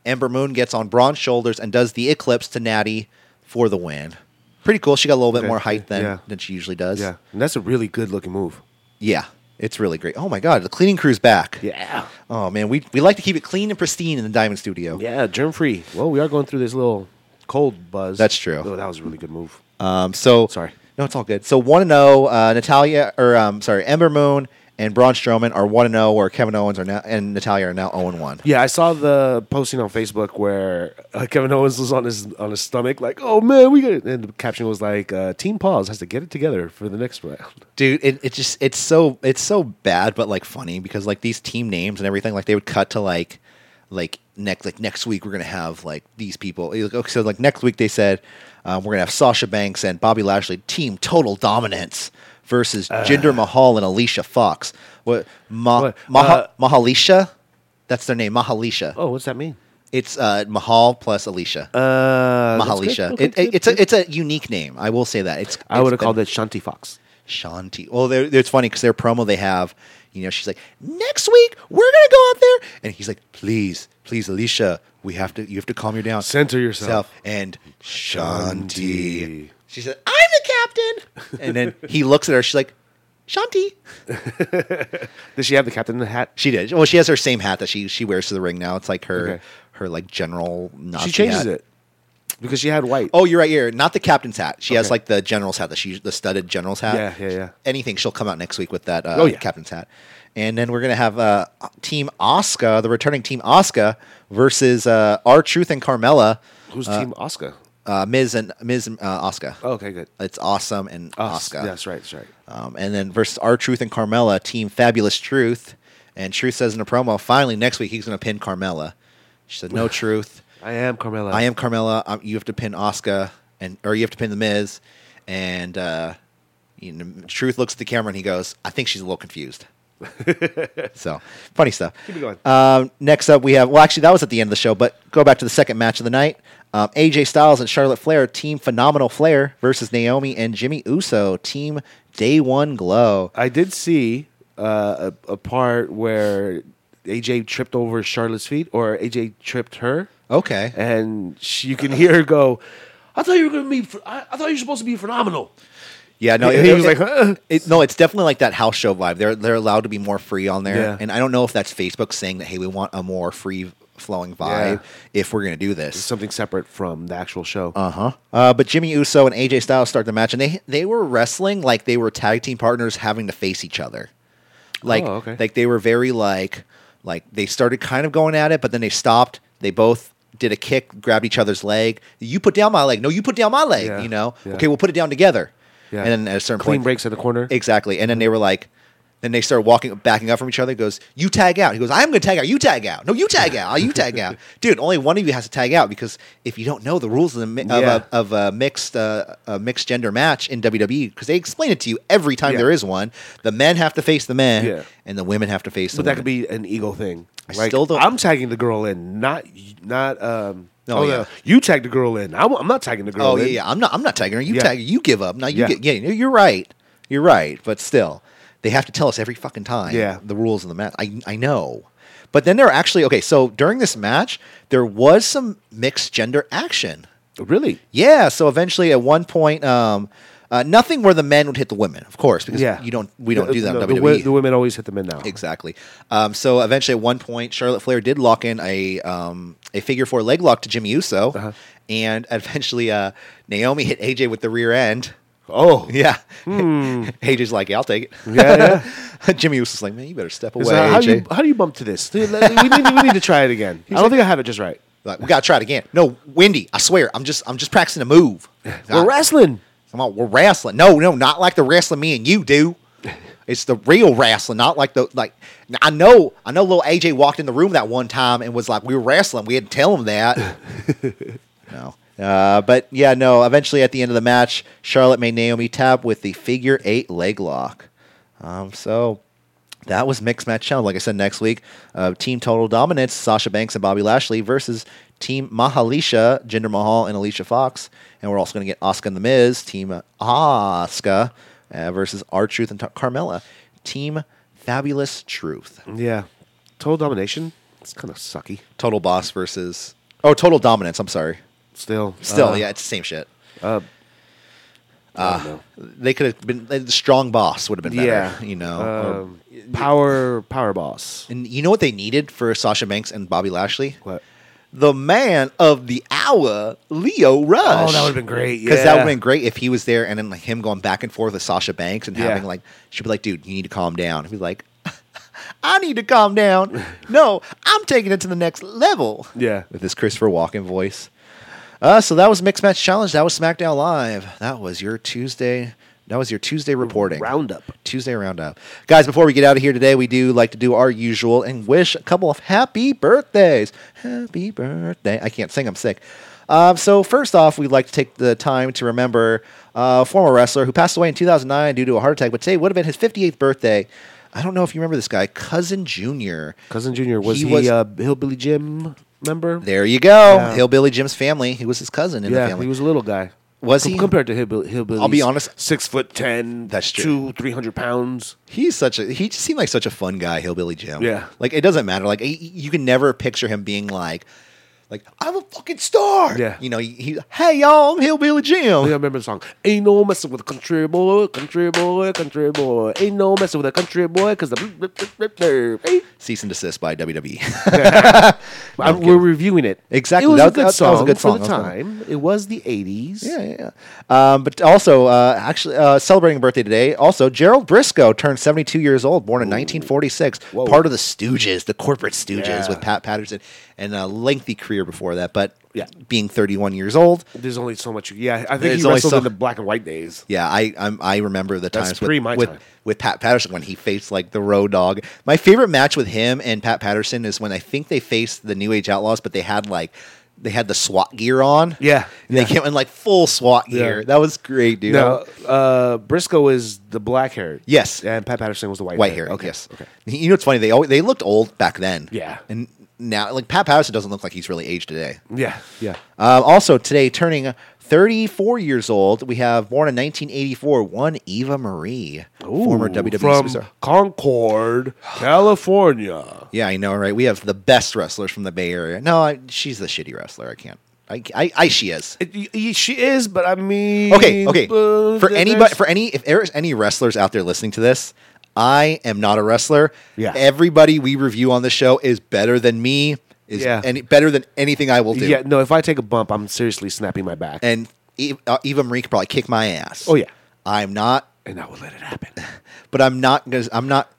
Speaker 2: Ember Moon gets on Braun's shoulders and does the Eclipse to Natty for the win. Pretty cool. She got a little bit
Speaker 3: Okay.
Speaker 2: more height than
Speaker 3: Yeah.
Speaker 2: than she usually does.
Speaker 3: Yeah, and that's a really good looking move.
Speaker 2: Yeah. It's really great. Oh my God, the cleaning crew's back.
Speaker 3: Yeah.
Speaker 2: Oh man, we, we like to keep it clean and pristine in the Diamond Studio.
Speaker 3: Yeah, germ free. Well, we are going through this little cold buzz.
Speaker 2: That's true.
Speaker 3: Oh, that was a really good move.
Speaker 2: Um, so
Speaker 3: Sorry.
Speaker 2: no, it's all good. So one and zero, uh, Natalia or um, sorry, Ember Moon and Braun Strowman are one and zero, where Kevin Owens are now and Natalia are now zero and one.
Speaker 3: Yeah, I saw the posting on Facebook where uh, Kevin Owens was on his on his stomach, like, "Oh man, we got." It. And the caption was like, uh, "Team Paws has to get it together for the
Speaker 2: *laughs*
Speaker 3: next round."
Speaker 2: Dude, it, it just it's so it's so bad, but like funny because like these team names and everything, like they would cut to like like next like next week we're gonna have like these people. Like, okay, So like next week they said um, we're gonna have Sasha Banks and Bobby Lashley team total dominance versus Jinder Mahal and Alicia Fox. What Ma,
Speaker 3: Uh. What? uh,
Speaker 2: Maha, Mahalisha? That's their name, Mahalisha.
Speaker 3: Oh, what's that mean?
Speaker 2: It's uh, Mahal plus Alicia.
Speaker 3: Uh, that's good.
Speaker 2: Mahalisha.
Speaker 3: Okay,
Speaker 2: It- it-
Speaker 3: good,
Speaker 2: it's
Speaker 3: good.
Speaker 2: a it's a unique name. I will say that. It's
Speaker 3: I would have called it Shanti Fox.
Speaker 2: Shanti. Well, they're, they're- it's funny because their promo they have, you know, she's like, next week we're gonna go out there, and he's like, please, please, Alicia, we have to, you have to calm your down,
Speaker 3: Center yourself.
Speaker 2: and
Speaker 3: Shanti.
Speaker 2: Shanti. She said, I'm the captain, and then he looks at her. She's like, Shanti.
Speaker 3: Did she have the captain in the hat?
Speaker 2: She did. Well, she has her same hat that she she wears to the ring now. It's like her
Speaker 3: Okay.
Speaker 2: her like general. Nazi
Speaker 3: She changes
Speaker 2: hat.
Speaker 3: it because she had white.
Speaker 2: Oh, you're right. You're not the captain's hat. She has
Speaker 3: Okay.
Speaker 2: like the general's hat, that she the studded general's hat.
Speaker 3: Yeah, yeah, yeah.
Speaker 2: Anything. She'll come out next week with that. Uh,
Speaker 3: Oh, yeah.
Speaker 2: captain's hat. And then we're gonna have uh, Team Oscar, the returning Team Oscar versus uh, our Truth and Carmella,
Speaker 3: who's Team Oscar?
Speaker 2: uh, Miz and Miz uh, Oscar.
Speaker 3: Oh, okay, good.
Speaker 2: It's awesome and Oscar.
Speaker 3: That's right. That's right.
Speaker 2: Um, and then versus our Truth and Carmella, Team Fabulous Truth. And Truth says in a promo, finally next week he's gonna pin Carmella. She said, "No truth."
Speaker 3: I am Carmella.
Speaker 2: I am Carmella. Um, you have to pin Oscar and or you have to pin the Miz. And uh, you know, Truth looks at the camera and he goes, "I think she's a little confused."
Speaker 3: *laughs*
Speaker 2: so funny stuff.
Speaker 3: Keep it going.
Speaker 2: Um, next up, we have well, actually, that was at the end of the show, but go back to the second match of the night. Um, AJ Styles and Charlotte Flair, Team Phenomenal Flair versus Naomi and Jimmy Uso, Team Day One Glow.
Speaker 3: I did see uh, a, a part where AJ tripped over Charlotte's feet, or AJ tripped her,
Speaker 2: Okay,
Speaker 3: and she, you can hear her go, "I thought you were going to be. ph- I, I thought you were supposed to be phenomenal."
Speaker 2: Yeah, no,
Speaker 3: He- he was like, "Huh?"
Speaker 2: it- no, it's definitely like that house show vibe. They're they're allowed to be more free on there,
Speaker 3: Yeah.
Speaker 2: and I don't know if that's Facebook saying that hey, we want a more free flowing vibe if we're gonna do this.
Speaker 3: Something separate from the actual show.
Speaker 2: Uh huh. Uh, but Jimmy Uso and AJ Styles start the match, and they they were wrestling like they were tag team partners having to face each other. Like
Speaker 3: Oh, okay.
Speaker 2: like they were very like like they started kind of going at it, but then they stopped. They both did a kick, grabbed each other's leg. You put down my leg. No, you put down my leg.
Speaker 3: Yeah,
Speaker 2: You know.
Speaker 3: yeah.
Speaker 2: Okay, we'll put it down together.
Speaker 3: Yeah.
Speaker 2: And then at a certain
Speaker 3: Clean
Speaker 2: point,
Speaker 3: breaks in the corner.
Speaker 2: Exactly. And then they were like, then they started walking, backing up from each other. He goes, you tag out. He goes, I'm going to tag out. You tag out. No, you tag out. You tag
Speaker 3: *laughs*
Speaker 2: out. Dude, only one of you has to tag out because if you don't know the rules of, the mi- of,
Speaker 3: Yeah.
Speaker 2: a, of a mixed uh, a mixed gender match in WWE, because they explain it to you every time
Speaker 3: Yeah.
Speaker 2: there is one, the men have to face the men
Speaker 3: Yeah.
Speaker 2: and the women have to face the
Speaker 3: But that could
Speaker 2: women.
Speaker 3: be an ego thing.
Speaker 2: I
Speaker 3: Like,
Speaker 2: still don't-
Speaker 3: I'm tagging the girl in, not not. Um,
Speaker 2: Oh,
Speaker 3: oh,
Speaker 2: yeah.
Speaker 3: no, you tag the girl in. I'm, I'm not tagging the girl
Speaker 2: Oh,
Speaker 3: in.
Speaker 2: yeah, yeah. I'm not, I'm not tagging her. You
Speaker 3: Yeah.
Speaker 2: tag her. You give up. Now you
Speaker 3: Yeah.
Speaker 2: get, yeah, you're right. You're right. But still, they have to tell us every fucking time.
Speaker 3: Yeah.
Speaker 2: the rules of the match. I I know. But then there were actually okay, so during this match, there was some mixed gender action.
Speaker 3: Really?
Speaker 2: Yeah, so eventually at one point, um, uh, nothing where the men would hit the women, of course, because
Speaker 3: Yeah.
Speaker 2: you don't we don't
Speaker 3: The-
Speaker 2: do that
Speaker 3: the-
Speaker 2: in E.
Speaker 3: The,
Speaker 2: WWE.
Speaker 3: wo- the women always hit the men now.
Speaker 2: Exactly. Um, so eventually, at one point, Charlotte Flair did lock in a um, a figure four leg lock to Jimmy Uso,
Speaker 3: Uh-huh.
Speaker 2: and eventually uh, Naomi hit AJ with the rear end. *laughs*
Speaker 3: Oh,
Speaker 2: Yeah, AJ's like, "Yeah, I'll take it."
Speaker 3: Hmm. Yeah,
Speaker 2: *laughs* Jimmy Uso's like, "Man, you better step away,
Speaker 3: Is that- how, do
Speaker 2: AJ."
Speaker 3: you, how do you bump to this? Dude, let- we, need, we need to try it again. I don't think I have it just right.
Speaker 2: Like, we gotta try it again. No, Wendy, I swear, I'm just I'm just practicing a move.
Speaker 3: We're wrestling.
Speaker 2: Come on, we're wrestling. No, no, not like the wrestling me and you do. It's the real wrestling, not like the like. I know, I know. Little AJ walked in the room that one time and was like, "We were wrestling." We had to tell him that. no, uh, but yeah, no. Eventually, at the end of the match, Charlotte made Naomi tap with the figure eight leg lock. Um, so that was mixed match challenge. Like I said, next week, uh, Team Total Dominance, Sasha Banks and Bobby Lashley versus Team Mahalisha, Jinder Mahal and Alicia Fox. And we're also going to get Asuka and The Miz, Team Asuka uh, versus R Truth and T- Carmella, Team Fabulous Truth.
Speaker 3: Yeah. Total domination. It's kind of sucky.
Speaker 2: Total Boss versus. Oh, Total Dominance. I'm sorry.
Speaker 3: Still.
Speaker 2: Still,
Speaker 3: uh,
Speaker 2: yeah, it's the same shit. Ah,
Speaker 3: I don't know.
Speaker 2: They could have been. The strong boss would have been better.
Speaker 3: yeah.
Speaker 2: You know? or-
Speaker 3: Um, power, power boss.
Speaker 2: and you know what they needed for Sasha Banks and Bobby Lashley?
Speaker 3: What?
Speaker 2: the man of the hour, Leo Rush.
Speaker 3: Oh, that would have been great.
Speaker 2: Because that
Speaker 3: yeah.
Speaker 2: would have been great if he was there and then like, him going back and forth with Sasha Banks and
Speaker 3: Yeah.
Speaker 2: having like, she'd be like, dude, you need to calm down. He'd be like, *laughs* I need to calm
Speaker 3: *laughs*
Speaker 2: down. No, I'm taking it to the next level.
Speaker 3: Yeah.
Speaker 2: With this Christopher Walken voice. Uh, so that was Mixed Match Challenge. That was SmackDown Live. That was your Tuesday. That was your Tuesday reporting.
Speaker 3: Roundup.
Speaker 2: Tuesday roundup. Guys, before we get out of here today, we do like to do our usual and wish a couple of happy birthdays. Happy birthday. I can't sing, I'm sick. Um, so, first off, we'd like to take the time to remember uh, a former wrestler who passed away in 2009 due to a heart attack, but today would have been his 58th birthday. I don't know if you remember this guy, Cousin Jr.
Speaker 3: Cousin Junior was he, uh, hillbilly Jim member?
Speaker 2: there you go.
Speaker 3: Yeah.
Speaker 2: Hillbilly Jim's family. He was his cousin in the
Speaker 3: yeah,
Speaker 2: family.
Speaker 3: he was a little guy.
Speaker 2: Was
Speaker 3: Com-
Speaker 2: he?
Speaker 3: compared to hillbilly? hillbillies,
Speaker 2: I'll be honest.
Speaker 3: Six foot ten.
Speaker 2: That's true.
Speaker 3: Two, three hundred pounds.
Speaker 2: He's such a he just seemed like such a fun guy, hillbilly Jim.
Speaker 3: Yeah.
Speaker 2: like it doesn't matter. Like y- y- you can never picture him being like, like I'm a fucking star.
Speaker 3: Yeah.
Speaker 2: you know, he, he hey y'all, I'm hillbilly
Speaker 3: Oh, yeah, I
Speaker 2: Jim.
Speaker 3: remember the song. Ain't no messing with a country boy, country boy, country boy. Ain't no messing with a country boy, cause the blip, blip, blip, blip, blip. Hey.
Speaker 2: Cease and desist by E. *laughs* WWE.
Speaker 3: I- we're reviewing it.
Speaker 2: Exactly.
Speaker 3: It was
Speaker 2: That
Speaker 3: a
Speaker 2: was-
Speaker 3: good
Speaker 2: that- that
Speaker 3: song.
Speaker 2: was a good song.
Speaker 3: for the
Speaker 2: That was a
Speaker 3: time. It was the eighties.
Speaker 2: yeah, yeah, yeah. Um, but also, uh, actually, uh, celebrating a birthday today. Also, Gerald Briscoe turned 72 years old, born in 1946,
Speaker 3: Whoa.
Speaker 2: part of the Stooges, the corporate Stooges
Speaker 3: Yeah.
Speaker 2: with Pat Patterson, and a lengthy career before that. But
Speaker 3: Yeah.
Speaker 2: being 31 years old,
Speaker 3: There's only so much. Yeah, I think
Speaker 2: There's
Speaker 3: he
Speaker 2: only
Speaker 3: wrestled
Speaker 2: so-
Speaker 3: in the black and white days.
Speaker 2: Yeah, I I'm, I remember the
Speaker 3: That's
Speaker 2: times
Speaker 3: pre
Speaker 2: with,
Speaker 3: my
Speaker 2: with,
Speaker 3: time.
Speaker 2: with Pat Patterson when he faced like the Road Dog. My favorite match with him and Pat Patterson is when I think they faced the New Age Outlaws, but they had like they had the SWAT gear on.
Speaker 3: Yeah,
Speaker 2: and they came in like full SWAT gear.
Speaker 3: Yeah.
Speaker 2: That was great, dude.
Speaker 3: No, uh, Briscoe is the black hair.
Speaker 2: Yes.
Speaker 3: and Pat Patterson was the white
Speaker 2: Oh, white
Speaker 3: hair.
Speaker 2: hair. Okay, yes. Okay. You know what's funny? They always, they looked old back then.
Speaker 3: Yeah.
Speaker 2: and now like Pat Patterson doesn't look like he's really aged today.
Speaker 3: Yeah, yeah.
Speaker 2: Um, also today, turning 34 years old, we have born in 1984, one Eva Marie, former
Speaker 3: Ooh,
Speaker 2: WWE
Speaker 3: from
Speaker 2: superstar.
Speaker 3: Concord, California.
Speaker 2: Yeah, I know, right? We have the best wrestlers from the Bay Area. No, I, she's the shitty wrestler. I can't. I, I, I she is.
Speaker 3: It- y- y- she is, but I mean,
Speaker 2: Okay, okay.
Speaker 3: uh,
Speaker 2: For
Speaker 3: th-
Speaker 2: anybody,
Speaker 3: there's-
Speaker 2: for any, if there's any wrestlers out there listening to this, I am not a wrestler.
Speaker 3: Yeah.
Speaker 2: Everybody we review on the show is better than me. Is
Speaker 3: Yeah.
Speaker 2: any better than anything I will do.
Speaker 3: yeah, no. If I take a bump, I'm seriously snapping my back, and,
Speaker 2: And Eve- uh, Eva Marie could probably kick my ass.
Speaker 3: Oh, yeah.
Speaker 2: I'm not. *laughs*
Speaker 3: I will let it happen.
Speaker 2: But I'm not. Gonna, I'm not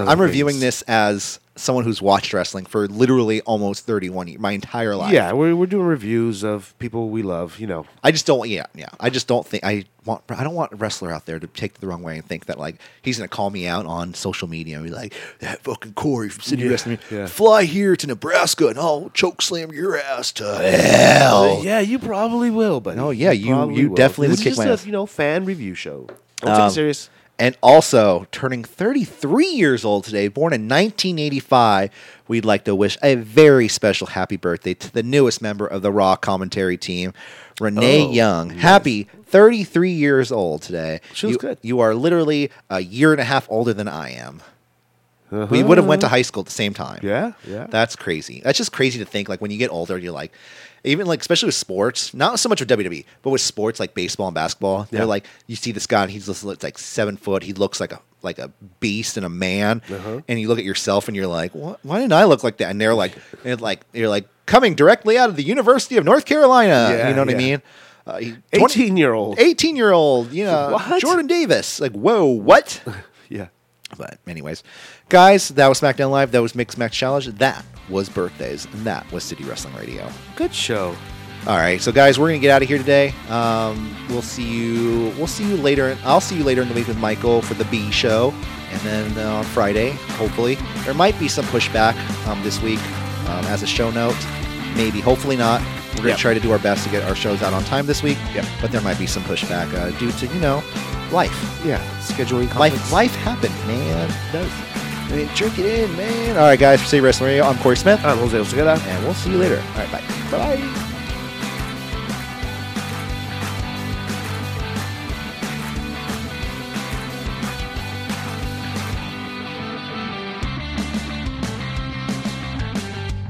Speaker 2: I'm,
Speaker 3: other
Speaker 2: I'm reviewing
Speaker 3: things.
Speaker 2: this as someone who's watched wrestling for literally almost 31 years, my entire life.
Speaker 3: Yeah, we're, we're doing reviews of people we love. You know,
Speaker 2: I just don't. Yeah, yeah. I just don't think I want. I don't want a wrestler out there to take it the wrong way and think that like he's gonna call me out on social media and be like, "That fucking Corey from City
Speaker 3: Yeah,
Speaker 2: Wrestling,
Speaker 3: yeah.
Speaker 2: fly here to Nebraska and I'll choke slam your ass to hell."
Speaker 3: yeah, you probably will. But
Speaker 2: No, Oh. yeah, you-
Speaker 3: probably
Speaker 2: you definitely
Speaker 3: This
Speaker 2: would kick
Speaker 3: is
Speaker 2: my
Speaker 3: just a
Speaker 2: ass. Um,
Speaker 3: you know fan review show. Don't take it serious.
Speaker 2: And also, turning 33 years old today, born in 1985, we'd like to wish a very special happy birthday to the newest member of the Raw commentary team, Renee
Speaker 3: Oh,
Speaker 2: Young. Happy 33 years old today.
Speaker 3: She looks
Speaker 2: you,
Speaker 3: good.
Speaker 2: You are literally a year and a half older than I am. We would have went to high school at the same time.
Speaker 3: Uh-huh. Yeah, yeah.
Speaker 2: That's crazy. That's just crazy to think. Like when you get older, you're like, even like especially with sports, not so much with WWE, but with sports like baseball and basketball,
Speaker 3: Yeah.
Speaker 2: they're like, you see this guy, and he's just looks like seven foot. He looks like a like a beast and a man.
Speaker 3: Uh-huh.
Speaker 2: And you look at yourself, and you're like, what? Why didn't I look like that? And they're
Speaker 3: *laughs*
Speaker 2: like, and like you're like coming directly out of the University of North Carolina.
Speaker 3: Yeah,
Speaker 2: you know what
Speaker 3: yeah.
Speaker 2: I mean? Uh, he-
Speaker 3: 18 year old.
Speaker 2: 18 year old, you know,
Speaker 3: *laughs* What?
Speaker 2: Jordan Davis. Like, whoa,
Speaker 3: *laughs*
Speaker 2: what?
Speaker 3: Yeah.
Speaker 2: But anyways, guys, that was SmackDown Live. That was Mixed Match Challenge. That was birthdays, and that was City Wrestling Radio.
Speaker 3: Good show.
Speaker 2: All right, so guys, we're gonna get out of here today. Um, we'll see you. We'll see you later. I'll see you later in the week with Michael for the B show, and then uh, on Friday, hopefully, there might be some pushback um, this week um, as a show note. Maybe, hopefully not. We're gonna
Speaker 3: Yep.
Speaker 2: try to do our best to get our shows out on time this week.
Speaker 3: Yep.
Speaker 2: But there might be some pushback uh, due to you know, life.
Speaker 3: Yeah. Scheduling
Speaker 2: Life,
Speaker 3: conflicts.
Speaker 2: life happened, man. I mean, drink it
Speaker 3: Uh,
Speaker 2: in, man. All right, guys, for City Wrestling Radio, I'm Corey Smith,
Speaker 3: I'm Jose Osagada.
Speaker 2: and we'll see you later. All right, bye.
Speaker 3: Bye.